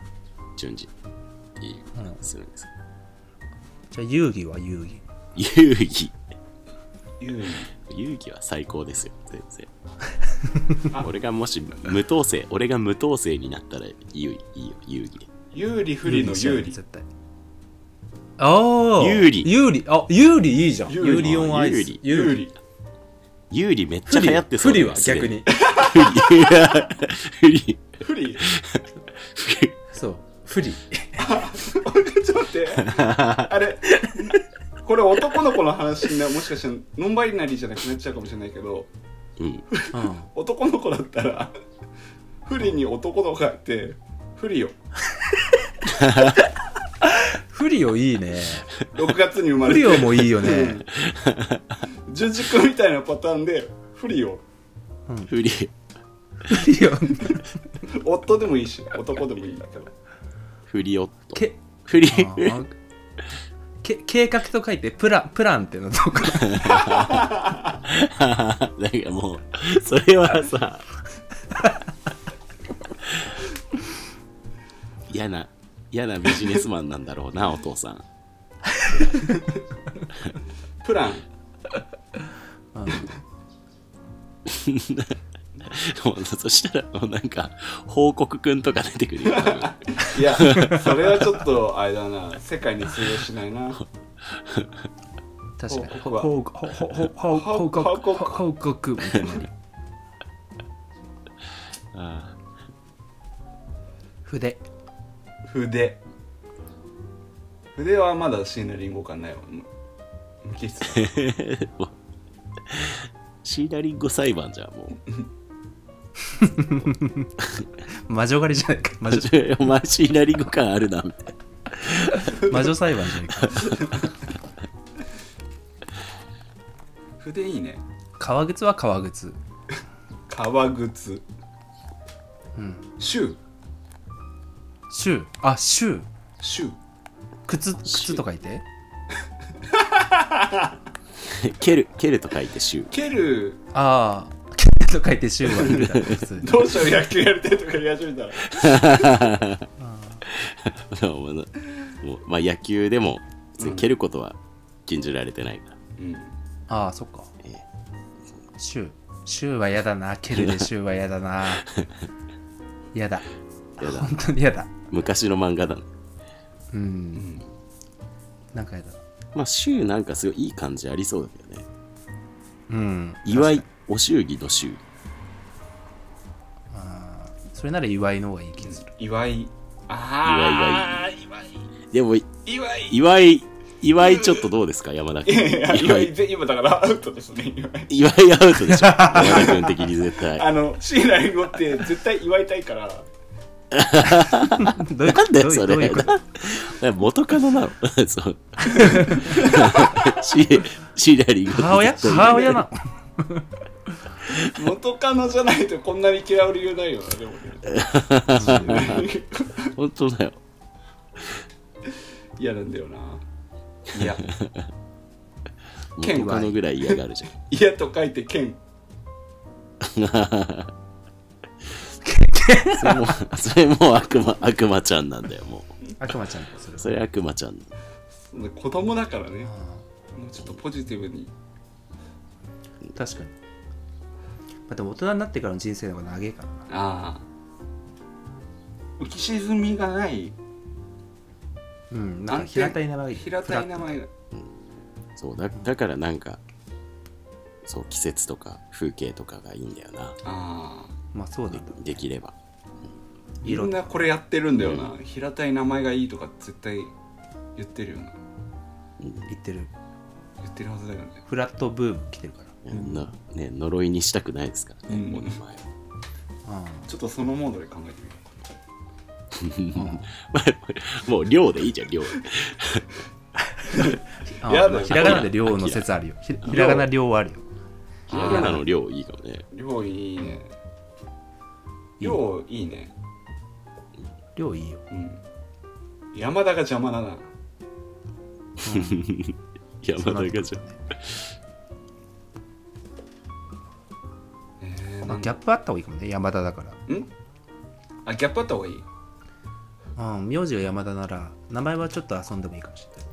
順次っていう感じするんです
じゃあ遊戯は遊戯
遊戯
言うに
遊戯は最高ですよ全 然
あ
俺がもし無統制俺が無統制になったらいいよいいよ遊戯で
有利不利の有利
絶対ああ
有利
有利あ有利いいじゃん
有
有
利
利オンアイ
有
ス
利
有利
有利めっち
不
ゃ流
利
行
は
ってそ
不
うだ
利
よ
は逆に
不利 不利
不利
そう不利
ちょっと待ってあれこれ男の子の話になもしかしたらノンバイナリーじゃなくなっちゃうかもしれないけど
うん
うん
男の子だったら 不利に男の子がって不利よ
不利をいいね
6月に生ま
不
れて
利をもいいよね
十字架みたいなパターンで不利を
不利
不利を
夫でもいいし男でもいいんだけど
不利夫
け
不利
あ ー け計画と書いてプランプランってのどうかな
なんかもうそれはさ嫌な嫌なビジネスマンなんだろう なお父さん
プラン
もうそしたらもうなんか報告くんとか出てくるよ多分
いやそれはちょっとあれだな世界に通用しないな
確かに
報告は
報告ほほほほ報告
報告
報告みたいな
あ
筆
筆筆はまだシーナリンゴ感ないわ無無機質だ
ーもうシーナリンゴ裁判じゃんもう
魔女狩りじゃないか魔女
お前シーナリンゴ感あるなみたいな
魔女裁判じゃないか
筆いいね
革靴は革靴
革靴
うん
シュー
シューあシュー
シュー
靴靴と書いて
蹴る蹴ると書いてシュー
蹴る
あ あと書いてシューは蹴るだろ普通に
どうしよう野球やりたいとか言い始めたら
もう もうまあ野球でも別に蹴ることは禁じられてないから、
うん
ああそっか
ええ
シューシューは嫌だな蹴るでシューは嫌だ な嫌だ
やだ
本当に嫌だ
昔の漫画だね
うんなんか嫌だ
まあ週なんかすごいいい感じありそうだけどね
うん
祝いお祝儀の週
それなら祝いの方がいい気がする
祝いああ祝い
でも
祝い
祝い祝いちょっとどうですか山田君
いや
祝
祝い
い
ぜ今だからアウトですね祝い
祝いアウトでしょ山田君的に絶対
あのシーナリンゴって絶対祝いたいから
どういう
なんだよそ
どうい
れ
うこと
な元カノなの そうシシナリンゴ
母親母親なの
元カノじゃないとこんなに嫌う理由ないよなでもね
本当だよ
嫌なんだよないや
元カノぐらい嫌がるじゃん
嫌と書いて剣
それもそれも悪魔悪魔ちゃんなんだよも
悪魔ちゃんだそれ
う
は
それ悪魔ちゃん
子供だからね
ああ
もうちょっとポジティブに
確かに、まあ、でも大人になってからの人生の方が長いからな
ああ浮き沈みがない
うんなんか平たい名前
平たい名前
そうだだからなんかそう季節とか風景とかがいいんだよな
ああ
まあそうなんだ
できれば
み
色
んなこれやってるんだよな平たい名前がいいとか絶対言ってるよな
言ってる
言ってるはずだよね
フラットブーム来てるから
の、ね、呪いにしたくないですからね、
うん
もう名前を
あ
ちょっとそのモードで考えてみよ
もう量でいいじゃん量
あ
や
あ
だ
あまあひらがなで量の説あるよひひらがな量はあるよ
ひらがなの量いいかもね
う量いいね量いいね
量いいよ
うん山田が邪魔だな
山田がじゃん
えー
ま
な
あ
ん
ギャップあった方がいいかもね山田だから
んあギャップあった方がいい
うん名字が山田なら名前はちょっと遊んでもいいかもしれない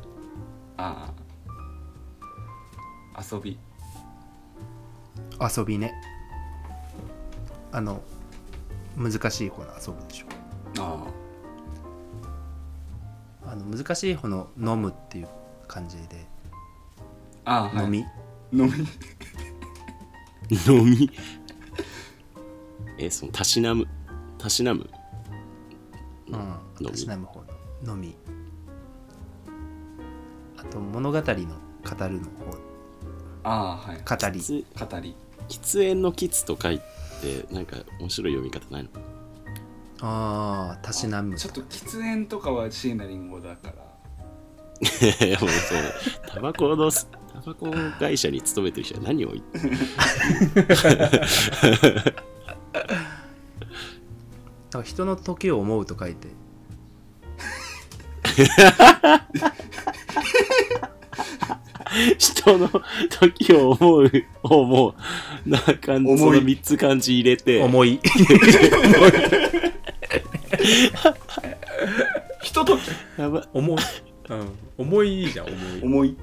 ああ遊び
遊びねあの難しい方の遊ぶでしょ
あ
あの難しい方の飲むっていう感じで
あああ
飲み、
飲み
飲みえそのたしなむたしなむ
うん
飲み
たしなむ方の飲みあと物語の語るの方
ああはい
語り
つ
語り
喫煙の喫と書いてなんか面白い読み方ないの
ああたしなむ
ちょっと喫煙とかは椎名林檎だから
いやもうそうタバコのタバコ会社に勤めてる人は何を言って
なんか人の時を思うと書いて
人の時を思うをもうなんかその
思い
3つ漢字入れて
思 い
ひととき
やばい
思い、うん、思いいいじゃん思い
思い
い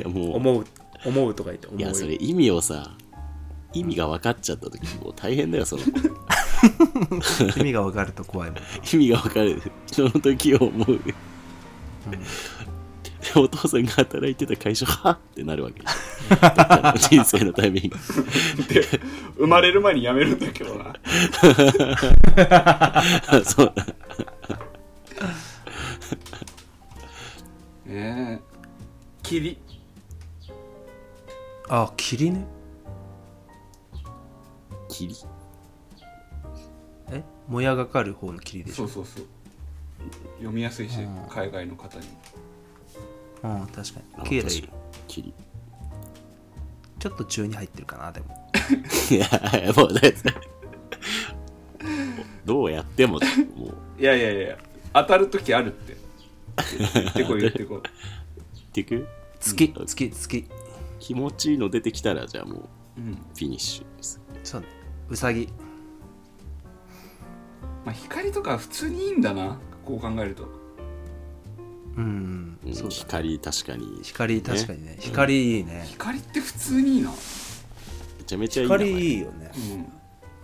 やもう
思う思うと書いて思
いやそれ意味をさ意味が分かっちゃった時もう大変だよその
意味が分かると怖いもん、
意味が分かる人の時を思う
うん
お父さんが働いてた会社はってなるわけでしょどっかの人生のタイミング
で生まれる前にやめるんだけどな
あ そう
ええ霧
あ霧ね
霧
えもやがかる方の霧でし
そ
ょ
うそうそう読みやすいし
うん
海外の方に
うん確か
あ
に綺麗だ
確
し
かに霧
ちょっと中に入ってるかなでも
いやもうだってどうやってももう
いやいやいや当たる時あるって言ってこい言ってこい
ってく
月月月
気持ちいいの出てきたらじゃあもう
うん
フィニッシュです
そうねうさぎ
まあ光とかは普通にいいんだなこう考えると
うん、
うん
そうだ
光確かに
光確かにね
ね
光いいね
光って普通にいいな
めちゃめちゃいい名前
光いいよね
うん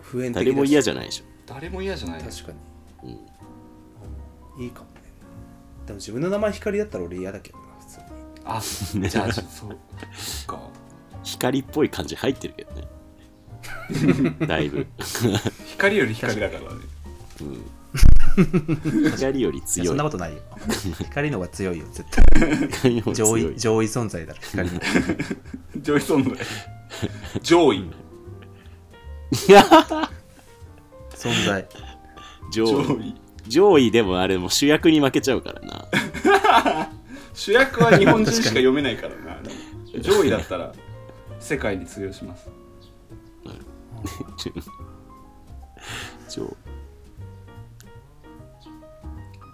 普遍的だし
誰も嫌じゃないでしょ
誰も嫌じゃない
確かに、いいかもねでも自分の名前光だったら俺嫌だけどな普通に
あ じゃあそうそっか
光っぽい感じ入ってるけど ねだいぶ、
光より光だからね
うん、光より
いやそ
強
ん
い
なこと ないよ光の方が強いよ絶対
光より
上
強い
位上位存在だろ 光の
上位存在 上位
存在
上
上
位
位
上位でもあれもう主役に負けちゃうから な
主役は日本人しか読めないから な上位だったら世界に通用します
上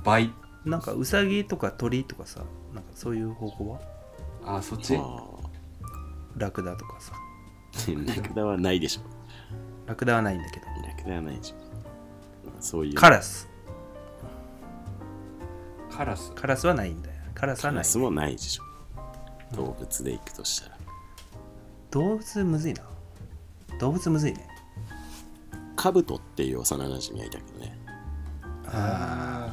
倍
なんかウサギとか鳥とかさなんかそういう方向は
あそっち
あ
ラクダとかさ
ーラクダはないでしょ
ラクダはないんだけど
ラクダはないでしょそういう
カラス
カラス
カラスはないんだよカラスは
カ
な
ラ
い
スもないでしょ動物で行くとしたら
動物むずいな動物むずいね
カブトっていう幼馴染がいたけどね
あ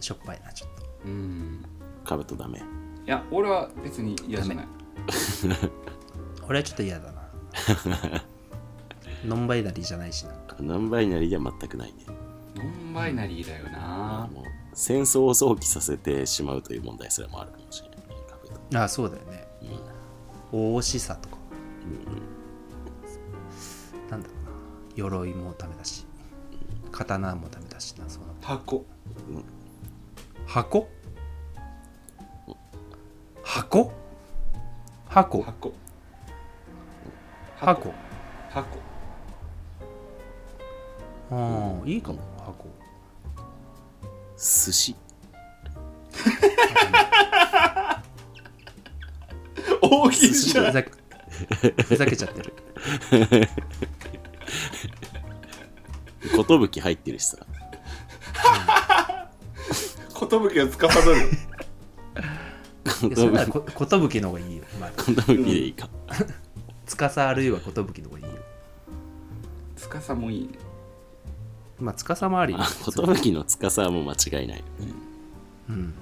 しょっぱいなちょっと
ーうん
カブトダメ
いや俺は別に嫌じゃない
俺はちょっと嫌 だなノンバイナリーじゃないしな
ナンバイナリーでは全くないね
ノンバイナリーだよ
あ
な
もう戦争を想起させてしまうという問題すらもあるかもしれないカブト
ああそうだよね大しさとかなんだろうな鎧もダメだし刀もダメだしなそうな
箱
箱箱箱
箱
箱
箱
うんいいかも箱
寿司
大きい
ふ
じゃん
ざけふざけちゃってる
寿入ってるしさ
寿がつかさどる
いやそれならこ寿の方がいいよ、まあ、
こんな向きでいいか。
司あるいは寿の方がいいよ
つかさもいいね
まあ司もあり
あ、ことぶきの司はもう間違いない。
うん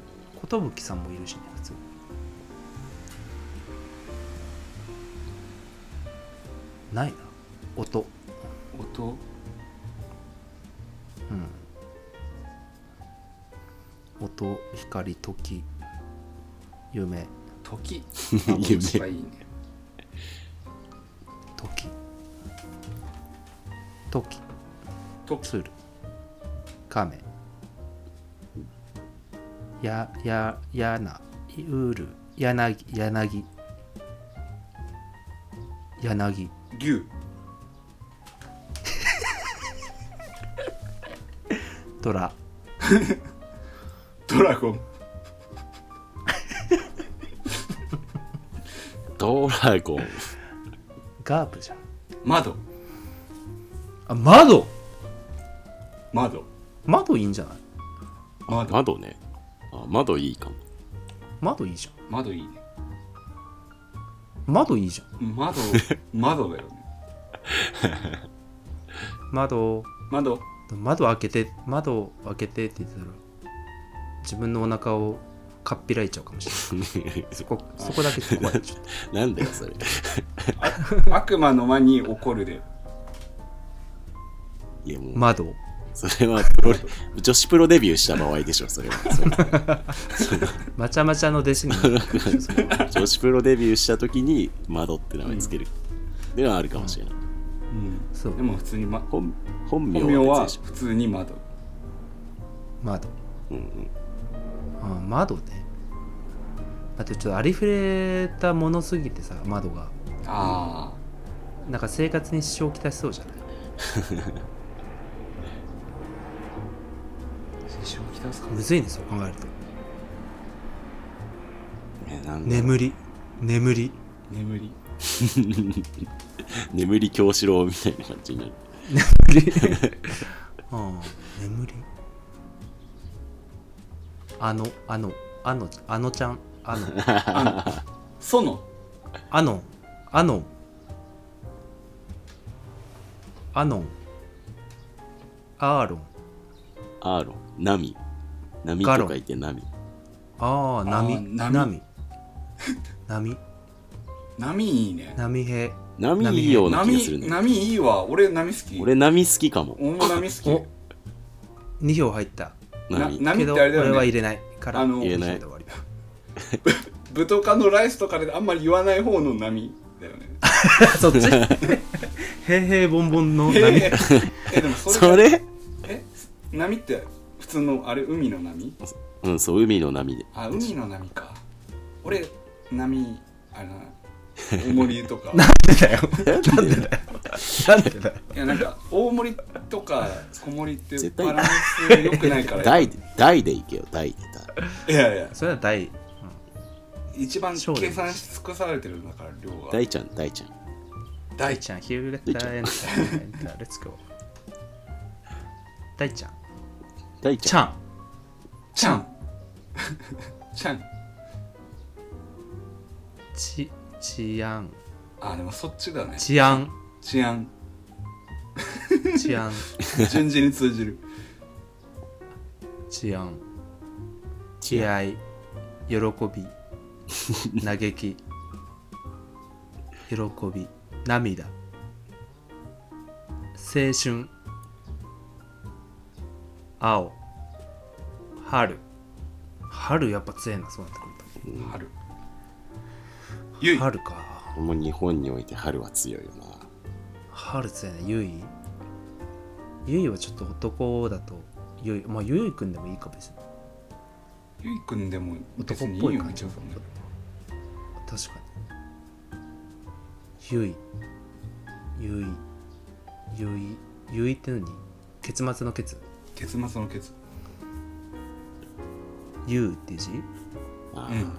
寿さんもいるしね普通にないな音
音
うん音光時夢
時
夢
一番いいね
時時
時
鶴亀やややなうるやなぎやなぎやなぎ
牛
トラ
ドラゴン
ドラゴン。
ガープじゃん
窓
あ窓
窓
窓いいんじゃない
窓
窓ね。あ窓いいかも。
窓いいじゃ
窓いいね
ん窓いいじゃん
窓窓だよね
窓
窓
窓開けて窓開けてって言ってたら自分のお腹をかっぴらいちゃうかもしれないそこそこだけ怖 いちょっと
なんだよ、それ。
悪魔の間に怒るで
いや、もう、
窓
それはプロレ、女子プロデビューした場合でしょ、それは。それ
まちゃまちゃの弟 子になるかもしれないそれは
女子プロデビューした時に窓って名前つける。っていうのはあるかもしれない。
うん
そう
でも普通に、ま、
本本名
本名は
別でしょ
普通に窓
窓
うんうん
あ窓ねあとちょっとありふれたものすぎてさ窓が
あ
なんか生活に支障をきたしそうじゃない
あ支障をきたすか
むずいねそう考えると
えなんだ
眠り眠り
眠り
眠り京志郎みたいな感じになる。
ああ眠りあのあのあのあのちゃんあ の
その
あのあのあのアーロン
アーロン、ナミ。ナミと書いてナミ。
ああ波
あー波
波 波
波いいね
波平
ナミいいような気がする
波
ね。
波いいわ俺波好き
俺ナミ好きかも。
俺も波好
お2票入った
きな
ナミ。
波
け
って
ど
あれだ
俺は
よ
入
ね
れないから
あの
入れない
二票で終わり
舞踏家のライスとかであんまり言わない方の波だよね
そっち平平凡々の波
ええでもそれ
それ
え波って普通のあれ海の波
うん、そう、海の波で。
あ海の波か俺波あれな大盛りとか
なんでだよ
なんでだよ
いやなんか大盛りとか小盛りって
絶対
バランス良くないからい
大で、大でいけよ、大で。
やいや
それは大
一番
そうだね
計算し尽くされてるんだから量が
大ちゃん、大ちゃん。
大ちゃん、ヒューレッタエンター、エンター、レッツゴー。大ちゃん、
大ち
ち
ゃん。
ゃん、
ちゃん ちゃん
ち、ちやん、
あでもそっちだね
ちやん、
治安
ちやん、
順次に通じる
ちやん、
ち
気
や
合い、喜 び、嘆き、喜び、涙、青春、青、春、春やっぱ強いな、そうなってくる
春ゆい
と。春か。
ん。もう日本において春は強いよ
春つやねゆいゆいはちょっと男だとゆいまあゆいくんでもいいか別に
ゆいくんでも別にいい
男っぽい
よ
感
ね
じ
ちょっとね
確かにゆいゆいゆいゆいって何結末の結
結末の結
ゆうっていう字
な。あ
う
ー
ん
は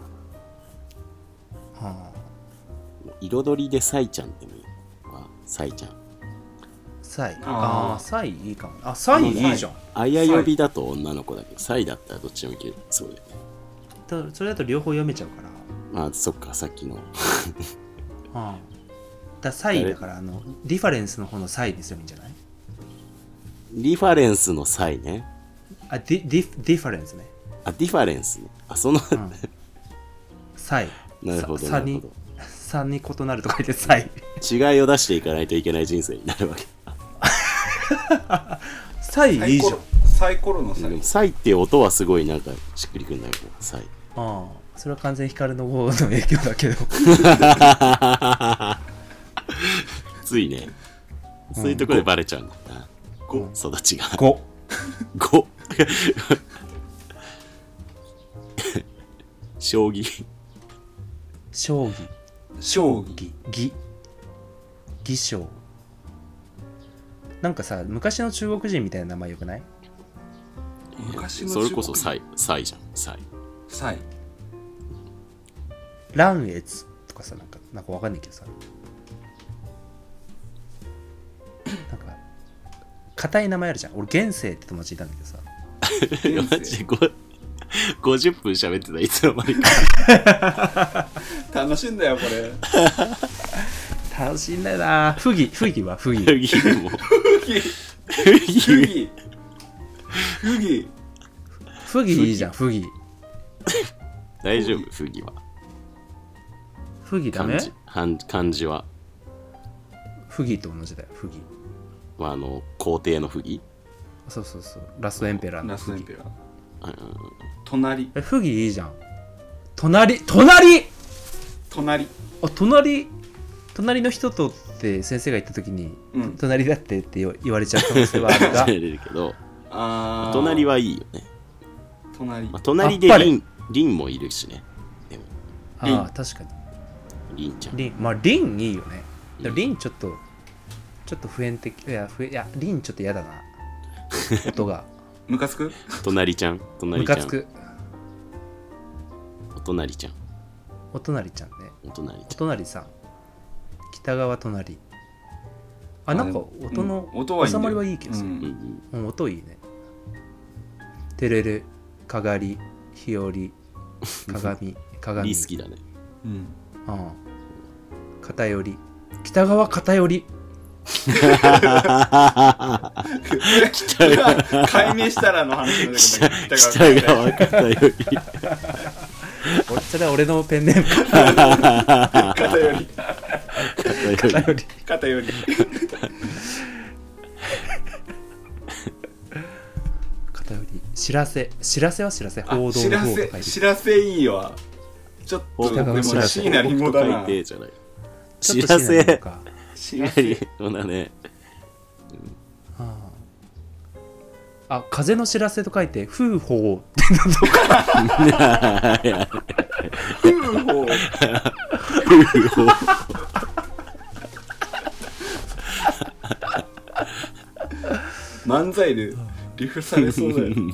あ
彩りでサイちゃんってもいい。あサイちゃん。
サイ
あー
ああサイいいかもあサイいいじゃん
あや呼びだと女の子だけど、サイだったらどっちでもいける。そうだよね。
とそれだと両方読めちゃうから
まあそっかさっきの
うんだサイだからあのリファレンスの方のサイにすればいいんじゃない
リファレンスの際ね
あディディディファレンスね、
あディファレンスねあその
うん、サイ
なるほど
ささ
なる
に
ほ
さに異なると書いてサイ
ど違いを出していかないといけない人生になるわけ
サイいいじゃん
サイコロのサ
でも
イ
「サイ」っていう音はすごいなんかしっくりくんないこう「 サイ」
ああそれは完全に光の方の影響だけど
ついねそういうところでバレちゃうんだな、
五
育ちが
5
5将棋
将棋
将棋
ぎぎ偽将なんかさ昔の中国人みたいな名前よくない
昔の
それこそ「サ
イ
イ」「サイ」じゃん「サイ」
サイ
蘭越とかさなんかなんかわかんないけどさなんか硬い名前あるじゃん俺現世って友達いたんだけどさ
現世
マジでご50分喋ってたいつの間に か
楽しいんだよこれ
楽しいんだよな不義不義は不義
麦も
ユ
麦
ギユギ
不義いいじゃん不義
大丈夫麦は
不義ダメ
漢字漢漢字は、
不義と同じだよ不義
まあ、あの皇帝の不義
そうそうそうラストエンペラーの
ラス
不
トエン
義
ペ
う
ラー
ん
隣
え不義いいじゃん隣隣
隣
あ隣隣の人とって先生が言った時に、
うん
隣だってって言わ言われちゃう可能性はあ るが
れるけど
あー
隣はいいよね、
隣
まあ、隣で
あっぱれ
凛凛もいるしねでも
ああ確かに
凛ちゃん
リンまあリンいいよね
いい
でもリンちょっとちょっと普遍的いや不いやリンちょっと嫌 だな音が
ムカつく
隣ちゃん隣
ム
ちゃ
カ
ん
つく
お隣ちゃん
お隣ちゃんね
お隣
お
ちゃん
隣さん北側隣あなんか音の
うん音はい
収
いんだよ
まりはいいけど
う
さ、
うんうんん
うん音いいねてれるかがりひ より鏡鏡
リ好きだね
うん
うん偏り北側偏り
北が 解明したらの話なんだけど
北川方より
俺それは俺のペンネームか
肩より
片よ り
偏り
肩より
偏り知らせ知らせは知らせ
あ
報道
知
の
ら
方
せ
が
知
ち
らせいいわちょっとで
北
も
川知らせ
椎名林檎だな
北海道じゃない
ょ
知
っと
ら
知らせ
せ
か
知らせ
そうだね
ああ風の知らせと書いて風報
風法漫才でリフされそ うだよね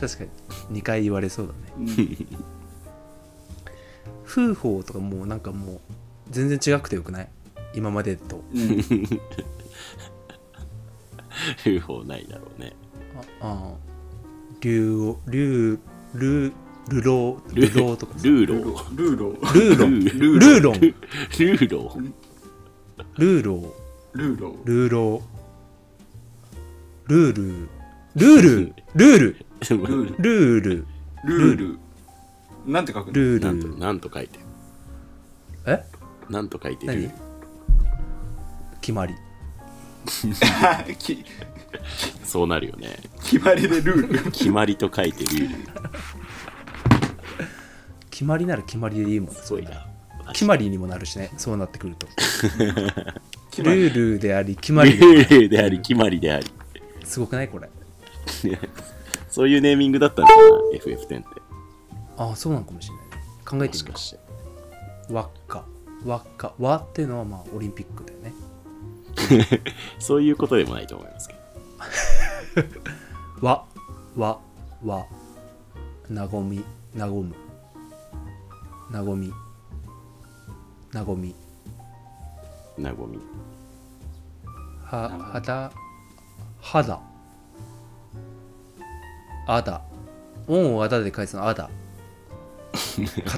確かに2回言われそうだね
うん
風報とかもうなんかもう全然違くてよくない今までと
うん
風法ないだろうね
ああ竜を竜ルルロールローとか
ルー
ルー
ロ
ロルーロ
ルーロンルーロン
ルーロ
ルーロールー
ルーロ
ロールールルールルール
ルー
ルール
ルルールなんて書くの
ル
な
ー
んと
ル
なんと書いて
え
なんと書いて
何
る
決まり
あき
そうなるよね
決まりでルール
決まりと書いてルール
決まりなら決まりでいいもん
すごいな
決まりにもなるしねそうなってくると
決まり
ルールであり決ま
ル
りで
ールであり決まりであり
すごくないこれ
そういうネーミングだったのかな FF10 って
ああそうなのかもしれない考え
も
て
し
みる
か
か
して
輪っか輪っか輪っていうのはまあオリンピックだよね
そういうことでもないと思いますけど
輪輪輪なごみなごむなごみなごみ
なごみ
は肌肌あだオンをあだで返すのあだ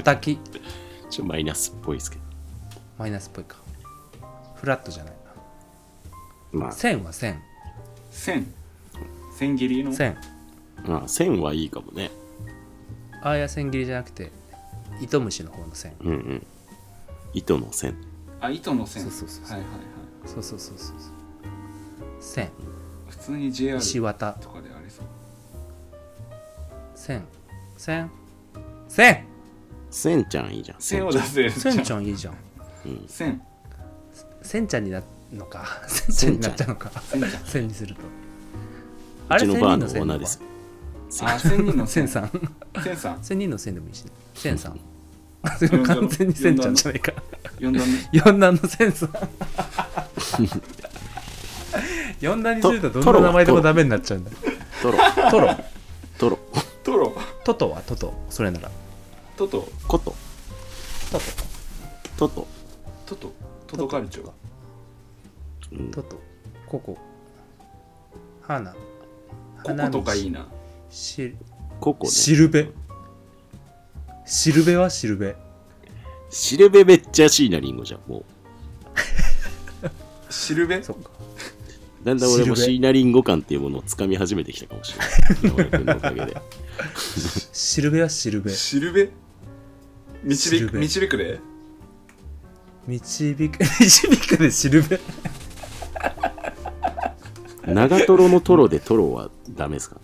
敵
ちょっとマイナスっぽいですけど。
マイナスっぽいかフラットじゃないな
ま
線は 線
線千切りの
線
あ、まあ、線はいいかもね。
あーや線切りじゃなくて糸虫の方の線
うんうん。糸の線。
あ糸の線
そうそうそうそう
はいはいはい
そうそうそうそうそう線
普通に JR
石綿
とかでありそう
線線線
線ちゃんいいじゃん。
線を出せ
線ちゃんいいじゃん
線
線ちゃんになるのか線ちゃんになっちゃうのか
線ちゃん
線にするとあ
う
れ
ちの
線
バー
人の線
のオ
な
ーナー
の
で
か
す。
あ 千人の
線
線
さん
線さん
千人の線でもいいしね線さんそれ完全に線ちゃんじゃないか
四段目
四段の線さん四段にするとどんな名前でもダメになっちゃうんだ
トロ、
トロ
トロ、
トロ
トトはトトそれなら
トト
コト、
ト
トト、
トトトトカルチョ
うん
トトトココ花
ココとかいい
な
な
し
ココね。
しるべしるべはしるべ
シルベめっちゃしいな、リンゴじゃん。もう。
シルベ
そっか
だんだん俺も
シルベ
シーナリンゴ感っていうものをつかみ始めてきたかもしれない。山田君のおかげで。
しるべはしるべ
シルベ
シ
導
ル
く
ベ
導くで
導く 導くでしるべ
長トロのトロでトロはダメですかね。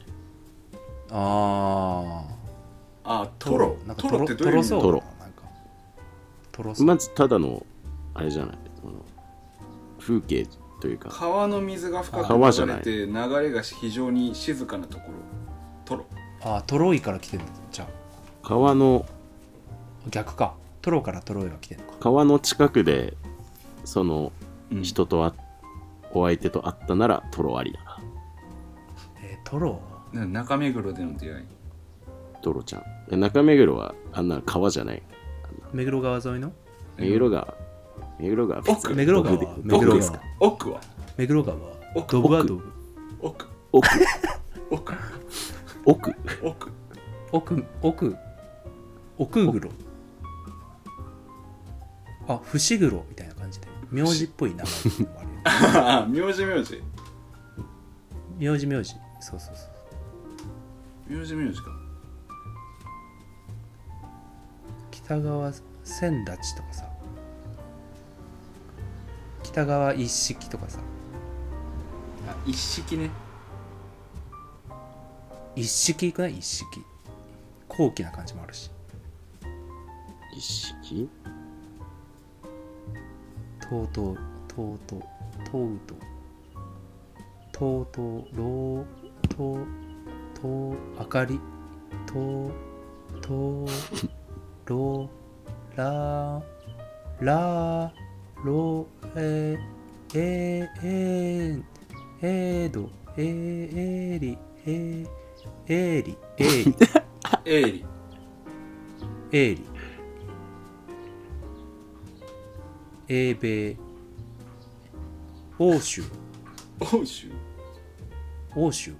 ああ
あトロ
なんか
ト
ト
ロ
ロ
って
ト
どういう意
ロ
味
そう
トロ
なんかトロそう、
まずただの、あれじゃない。この風景というか、
川の水が深
川じ
く
ゃ
流
ない
れて流れが非常に静かなところトロ
ああトロイから来てるんだじゃあ
川の、
逆かトロからトロイが来てるのか
川の近くで、その、
うん
人とあ、お相手と会ったならトロありだな。
えートロ
な中目黒での出会い
トロちゃん。え中目黒はあんな川じゃない。
目黒川沿いの
目黒川。目黒川。
奥
目黒川
ド
は
ブで
目
ドブ
黒
ですか
川
奥は
目黒川
奥
ドブはドブ
奥
奥、
奥
奥、
奥
奥奥奥黒あ伏黒みたいな感じで名字っぽい名前っていうのもあるよね
ああ名字名字
名字名字そうそうそう
名字名字か
北川千立とかさ北川一式とかさ
あ一式ね
一式いくない一式高貴な感じもあるし
一式
とうとうとうとうとうとうとうとうろうとうとうあかりとうとうろうららろええええどええりええりえり
エイリ
えり英米欧州
欧州
欧州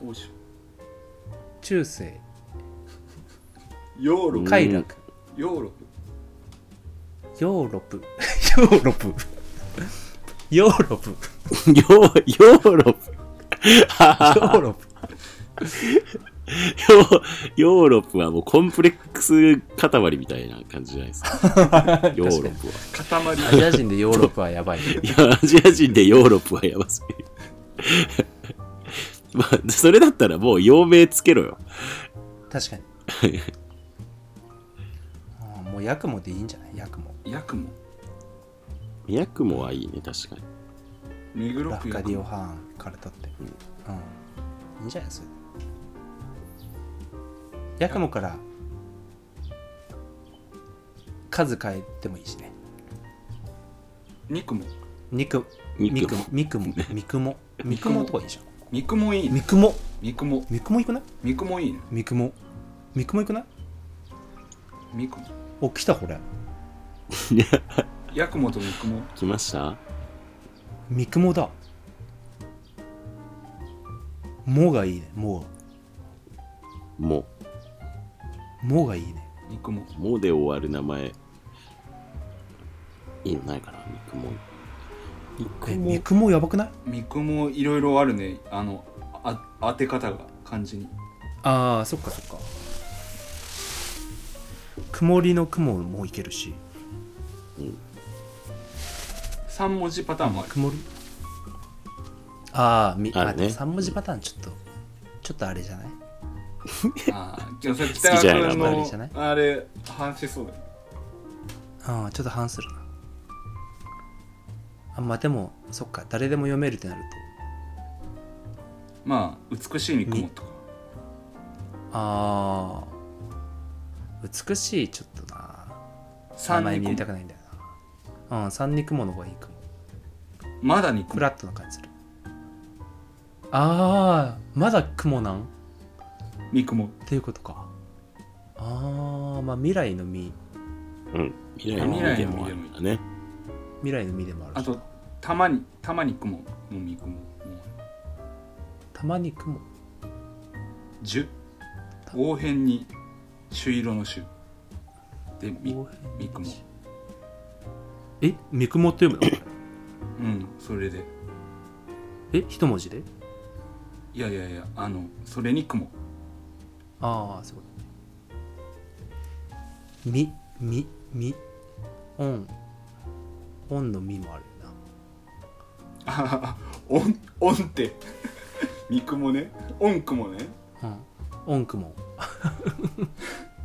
欧州
中世
ヨーロッ
うん
パ
快楽
ヨーロッ
ヨーロップ ヨーロップヨーロップヨ
ヨーヨーロッパ
ーロップ
ヨー ヨーロッパはもうコンプレックス塊みたいな感じじゃないです か。ヨーロッパは。
パ塊
アジア人でヨーロッパはやばい
いや、アジア人でヨーロッパはやばすぎる。 まあ、それだったらもう陽明つけろよ。
確かにあーもうヤクモでいいんじゃないヤクモ
ヤクモ
ヤクモはいいね、確かに。
目黒
ラ
区
フカ
ヤク
ディオ
モ
ハーンから取ってうん、いいんじゃないそれヤクモから数変えてもいいしね
ニクモ
肉
肉も
肉も肉も 肉もとかいいじゃ
ミクモいい
ん
ね
肉も
ミクモ
肉もいくない
ミクモいいね
肉も肉もいくない
ミクモ
お来たこれ
ヤクモとミクモ
来ました
肉もだもがいいねも
も
もがいいね
肉も
う、もうで終わる名前、いいのないかな、肉も。
え
肉も、
肉もやばくない
肉もいろいろあるねあのあ当て方が漢字に
ああそっかそっか曇りの雲もいけるし
3文字パタ ーンもある
曇りああみ
あるね
3文字パターンちょっとちょっとあれじゃない
ああ今日さ
好きじゃ
北
ない
川
な
君
あんまりじゃない
のあれ反しそうだよね
ああちょっと反するなあまあでもそっか誰でも読めるってなる
まあ美しい肉もとか
とああ美しいちょっとな名
三
前に入
肉
れた
も
くないんだよなうん三肉もの方がいいかも
まだ肉
フ
も
ラットな感じするああまだ雲なん
肉も
っていうことかああまあ未来の実
うん、未来の
未来の
でもあるんだね。
未来の実でもある
あ
し
とたまにたまに雲の肉ももう
たまに雲
十応変に朱色の朱でみ肉も
え三雲って読むのこ
うんそれで
れえ一文字で
いやいやいやあのそれに雲
ああすごいみみみオンオンのみもあるよな
あオンオンって 肉もねオンクもね
うん、音雲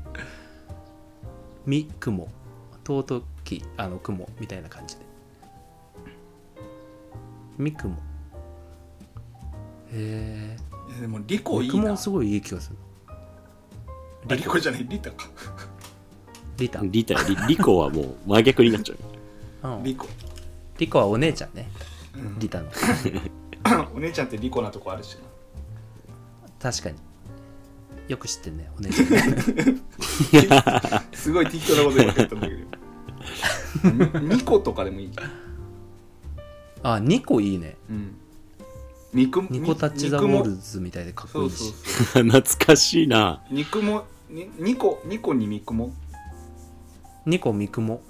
み雲尊きあの雲みたいな感じでみ雲へえ
いやでもリコい
僕
いな
もすごいいい気がする
あリコじゃないリタか
リタ、うん、
リタ、リリコはもう真逆になっちゃう。
リコ、
リコはお姉ちゃんね
うん
リタの
お姉ちゃんってリコなとこあるし
確かによく知ってんねお姉ちゃん ね
なすごい適当なこと言ってたんだけど にニコとかでもいいじゃん、
あニコいいね
うん、肉
ニコタッチ・ザ・
肉
モ
も
ルズみたいでかっ
そ
こいうい
そう
し
そう
懐かしいな。
肉もにニコニコに肉も
ニコ・ミクモ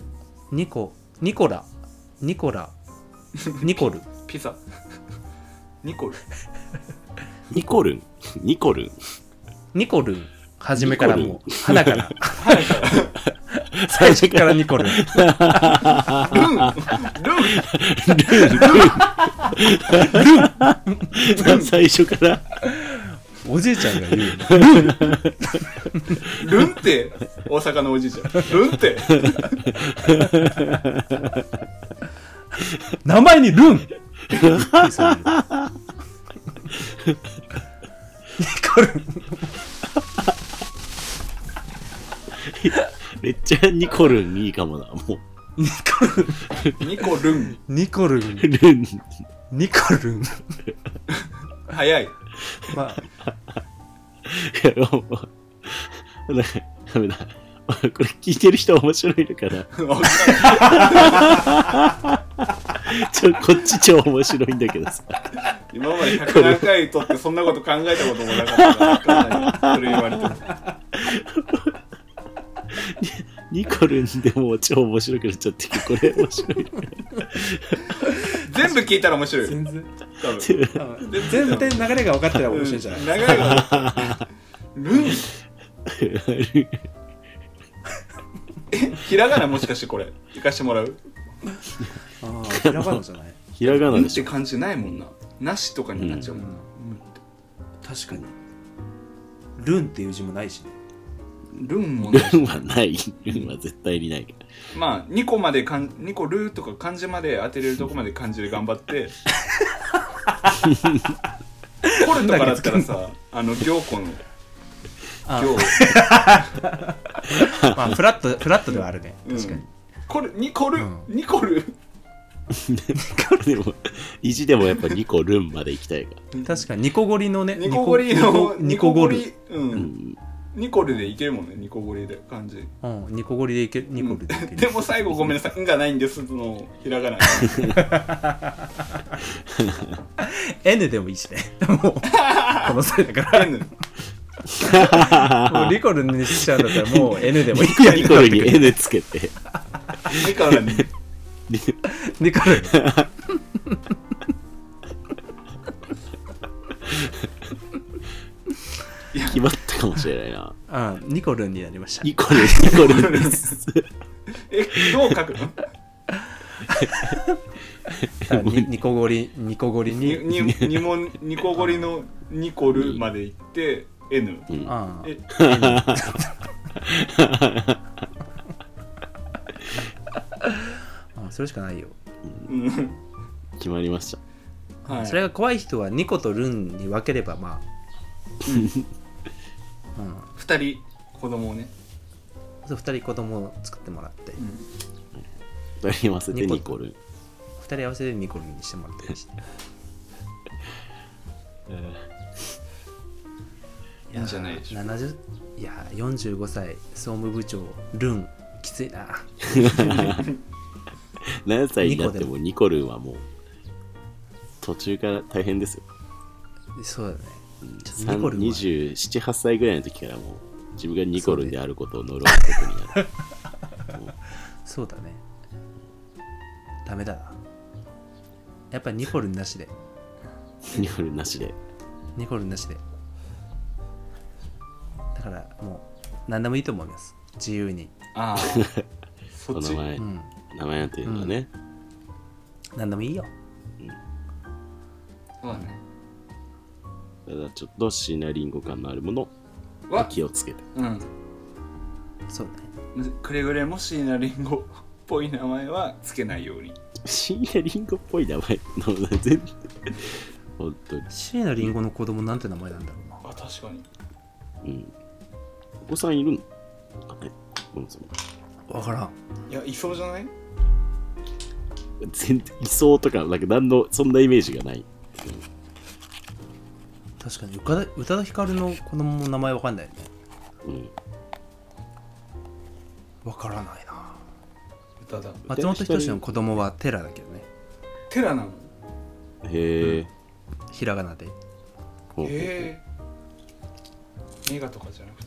ニコニコラニコラニコ ル
ピザニコル
ニコルン、ニコルン。
ニコルン、初めからもう、花 から、最
最
初
初
か
からら
ニコルン。
ルンルン
最初から
おじいちゃんが言うよね。
ルンって大阪のおじいちゃんルンって
名前にルンニコルン、
めっちゃニコルンいいかもなもう
ニコルン、
ニコルン
ニコルン、
ルン
ニコルン。
早い
まあ、
なんかダメだこれ聞いてる人面白いのかな
わかん
ちょこっち超面白いんだけどさ
ない今まで100何回撮ってそんなこと考えたこともなかったからわかんないそれ言われても
ニコルンでもう超面白くなっちゃってこれ面白い
全部聞いたら面白いよ
全然、
多分
全然流れが分かったら
うん
面白
流れ
いじゃない。
がルン ひらがなもしかしてこれ行かしてもらう
ああ、ひらがなじゃない。
ひらがな
ルン
で
っ
してょ
感じないもんななしとかになっちゃうもんな、
確かに。ルンっていう字もないしね。
ルンも
ル
ね
ンはないルンは絶対にない
まあ2個までかん2個ルーとか漢字まで当てれるとこまで漢字で頑張ってコルとかだったらさあの行庫の
あ
行
まあ、フラット、フラットではあるね。
うん
確かに。
コルニコル、
うん
ニコル
でも意地でもやっぱニコルンまで行きたいから
確かに、ニコゴリのね、
ニコゴリの
ニコゴリ。
う
うんん
ニコルでいけるもんねニコゴリで漢字
うん、ニコゴリでいける、ニコルでいける。
でも最後ごめんなさい「ん」がないんですのひらがな
N でもいいしね。もう、この際だから。
N
もうリコルにしちゃうんだったらもう N でもいい
ニコルに N つけて、
だからね
リコルに
決まったかもしれないな。
あニコルになりました
ニコル、ニコルです。
えどう書くの
あにニコゴリニコゴリ
に
に
ににもニコゴリのニコルまで行って N
うん
あ
え
あそれしかないよ、
うん
決まりました。
はい
それが怖い人はニコとルンに分ければ まあ、うん
二人子供をね
そう2人子供を作ってもらって
二人合わせてニコル。
2人合わせてニコルにしてもらったり して
いいんじゃないでしょう
70いや45歳総務部長ルンきついな
何歳になってもニコルはもう、途中から大変ですよ。
そうだねちょっとニコルは
27、8歳ぐらいの時からもう、自分がニコルであることを呪うことにな る。
そうだねダメだなやっぱニコルなしで
ニコルなしで。
ニコルなしでだからもう何でもいいと思います自由に
あ あそ
お
っ
名
ち
前
う、ん
名前なんていうのはね、
何でもいいよ
そうだね
ただちょっとシナリンゴ感のあるものは
は
気をつけて。
うん
そうだね
くれぐれも椎名林檎っぽい名前はつけないように
深夜リンゴっぽい名前の全然本当に、
椎名林檎の子供なんて名前なんだろうな
あ確かに
うん、お子さんいるのかねそもそも
分からん
いやいそうじゃない
全然理想とかなんか何のそんなイメージがない
確かに宇多田宇多田ヒカルの子供の名前分かんないよね
うん
分からないな
歌だ
松本人志の子供はテラだけどね
テラなの
へえ、
ひらがなで
ほうほう
へえ映画とかじゃなく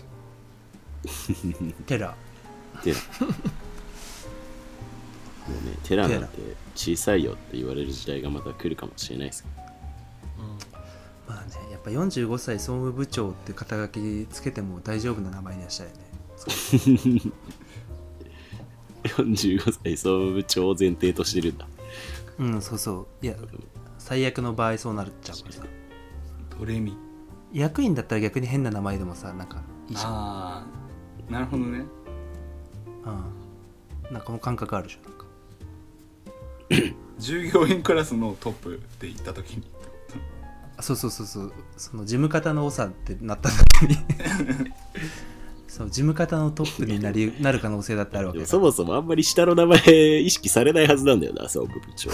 て
テラ
テラもうねテラなんて小さいよって言われる時代がまた来るかもしれないですけど
まあねやっぱ45歳総務部長って肩書きつけても大丈夫な名前にはしたいよね
45歳総務部長を前提としてるんだ
うんそうそういや最悪の場合そうなっちゃうからさ
ドレミ
役員だったら逆に変な名前でもさなんかいいじゃん、
ああなるほどね
うん、なんかこの感覚あるでしょなんか
従業員クラスのトップで行った時に
あそうそうそうそうその事務方の長ってなった時に そう事務方のトップになりなる可能性だってあるわ
で
け
も
だ
そもそもあんまり下の名前意識されないはずなんだよな総務部長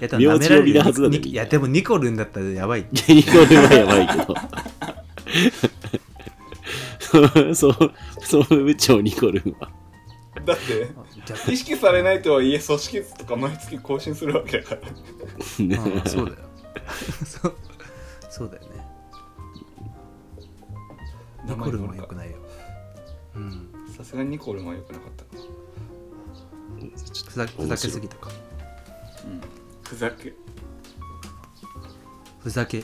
いやでも舐められる
名字呼びのはずだね
ニコいやでもニコルンだったらや ばい
いやニコルはやばいけど。 そう、総務部長ニコルは。
だ って
逆
意
に
識されないとはいえ組織図とか毎月更新するわけだから
ああそうだよそうそうだよねニコルンは良くないようん
さすがにニコルも良くなかった
ふざ
な
ふざけすぎたか
ふざけ
ふざけ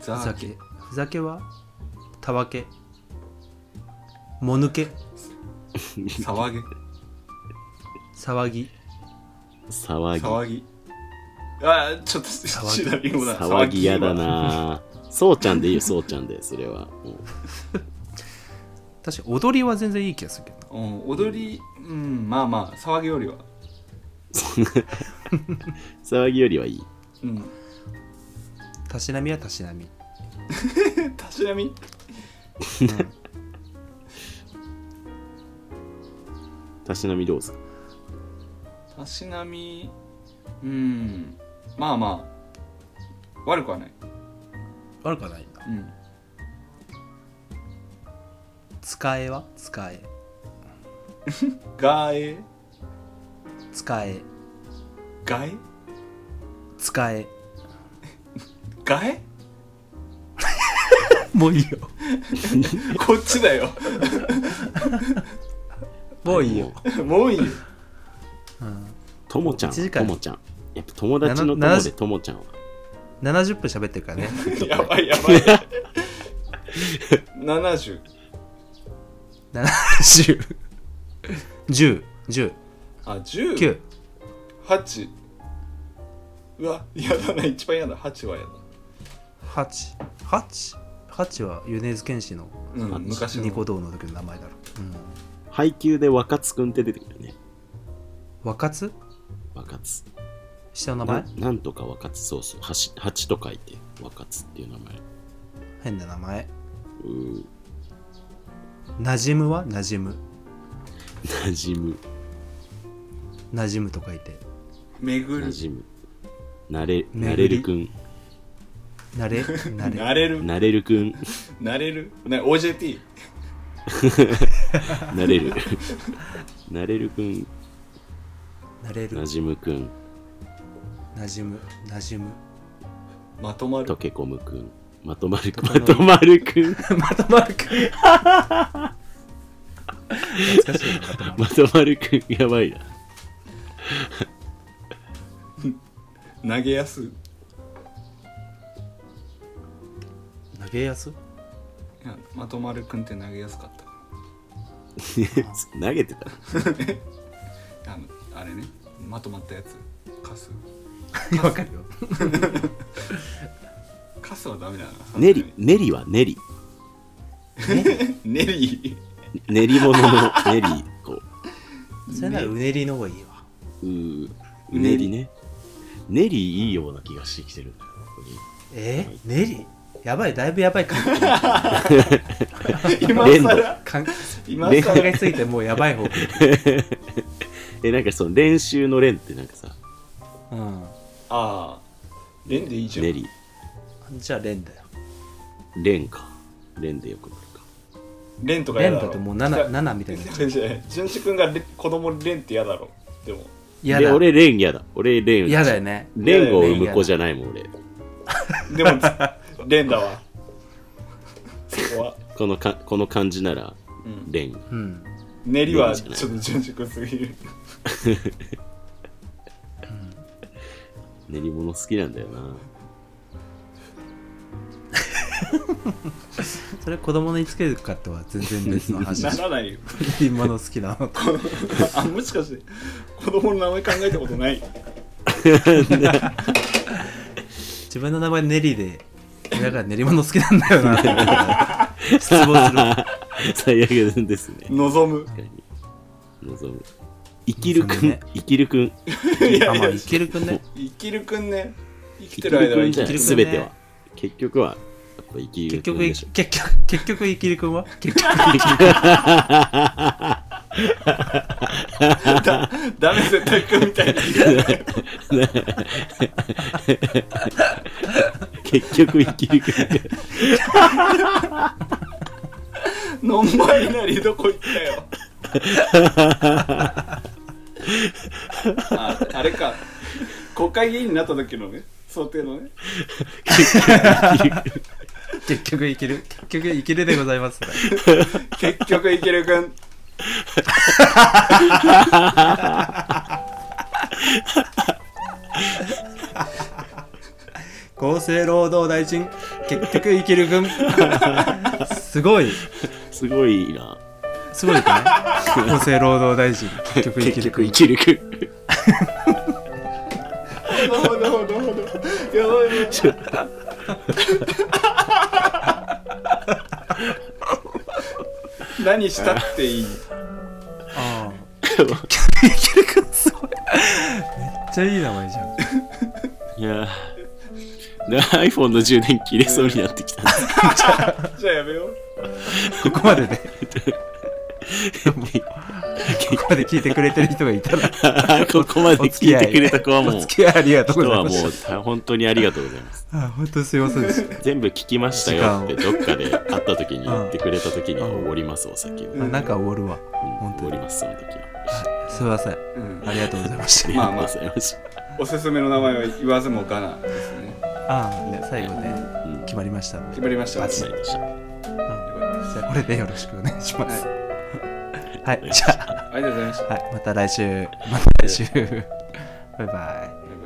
ふ
ざ
ざけふざけはたわけもぬけ
騒げ
騒ぎ
騒ぎ。
騒ぎあーちょっと
ぎ
シナリンゴだ
騒ぎ嫌だなそうちゃんでいいよ、そうちゃんで、それは。もう
確かに踊りは全然いい気がするけどな
うん踊りうんまあまあ騒ぎよりは
騒ぎよりはいい。
うん
たしなみはたしなみ
たしなみ
たしなみどうですか
たしなみうんまあまあ悪くはない
悪くはないんだ
うん
使えは使え
ガエ
使え
ガエ
使え
ガエ
もういいよ
こっちだよ
もういいよ、
もういいよ
うん、
ともちゃん
一時間
ともちゃんやっぱ友達の友でともちゃんは
70分喋ってる からね
やばいや ばい70
701010
あ十
9
八うわやだな一番やだ八はやだ、
8 8 8は米津玄師の
うん、
八
昔
ニコ
の
動の時の名前だろ、うん、
配給で若津くんって出てくるよね
若津
若津
下の名
な
前
なんとか若津そうそう八八と書いて若津っていう名前
変な名前
うー
なじむはなじむ
なじむ
なじむと書いて
巡
な
る
じむなれ
り
なれるくん
なれ なれ
なれる
なれるくん
なれるな OJT
なれるなれるくん
なれる
なじむくん
なじむなじむ
まとま
溶
る
け込むくんまとまるくんまとまるくん
まとまるくん懐かしいなまとまる
まとまるくんやばいな
投げやす
投げやす
いやまとまるくんって投げやすかったか
投げてた
らあのあれねまとまったやつカス
わかるよ
カスはダメだな
練り練りは練り
ネリ
練り物の練りこ
それならうねりの方がいいわ
ううーうねりね練りいいような気がしてきてるんだよ
えー、ねりやばいだいぶやば い感じ
今
連動
更
感
今
考
更
えすぎてもうやばい方向
えなんかその練習の練ってなんかさ
う
ああレンでいいじゃん
練り
んじゃあ連だよ
練か練でよくなるか
レンとかや
連
だ
だ
ろ
ともう 7, 7みたいになっちゃう
純子くんがレ子供レンって嫌だろでも
や
で
だ
俺練やだ俺練
やだよね
練を生む子じゃないもん俺
でもレンだわそこは
このかこの感じなら
うん
練
うん
練りは
レンじゃない
ちょっと純子くんすぎる
練り物好きなんだよな
それ子供の言いつけるかとは全然別の 話
ならないよ
今の好きなのと
あもしかして子供の名前考えたことない
自分の名前ネリで親が練り物好きなんだよな失望する
最悪ですね
望む
確かに望む生きるく
望む
ん
ね
生きるくん
あまあいけるくんね
生きるくんね生き
生き
てる
る
間
く
は
ん
生
じゃな
きて
い
生きる
全
る
くんね
ては結局はやっぱ生きる
結
くん
局
でしょ
結局結局いきりくんは結局
だダメ絶対くんみたいな
結局生きるくんで
ノンバイナリーどこ行ったよああれか国会議員になった時のね想定のね
結局いける結局いけるでございますね
結局いけるくん
厚生労働大臣結局いけるくん すごい
すごいな
すごいね厚生労働大臣結局いけ
結
るく
局
ん
生きるくん
なるほどなるほどなるほどやばいね何したっていい
ああ結局いけるくんすごいめっちゃいい名前じゃん
いやーで iPhone の充電切れそうになってきた
じゃあやめよう
ここまででここまで聞いてくれてる人がいたら
ここまで聞いてくれた子はも
お
う
付き合いありがとうご
人
ざいま
はも
す
うた本当にありがとうございます
あ本当すいませんでした
全部聞きましたよって
時
どっかで会った時に言ってくれた時にはおごりますお酒を
ん
あなんか終わるわ
うん
本当
おごり
に
ますその時は
すいません
うん
ありがとうございました
ありがとうございました
おすすめの名前は言わずもがなですね
ああ、ね、最後ね、
うん
決まりましたんで。
決まりました
決まりました
うん
よかったです
じゃあ、これでよろしくお願いします。はい、
い
じゃあ、
ありがとうございました
はい、また来週。また来週。バイバイ。
バイバイ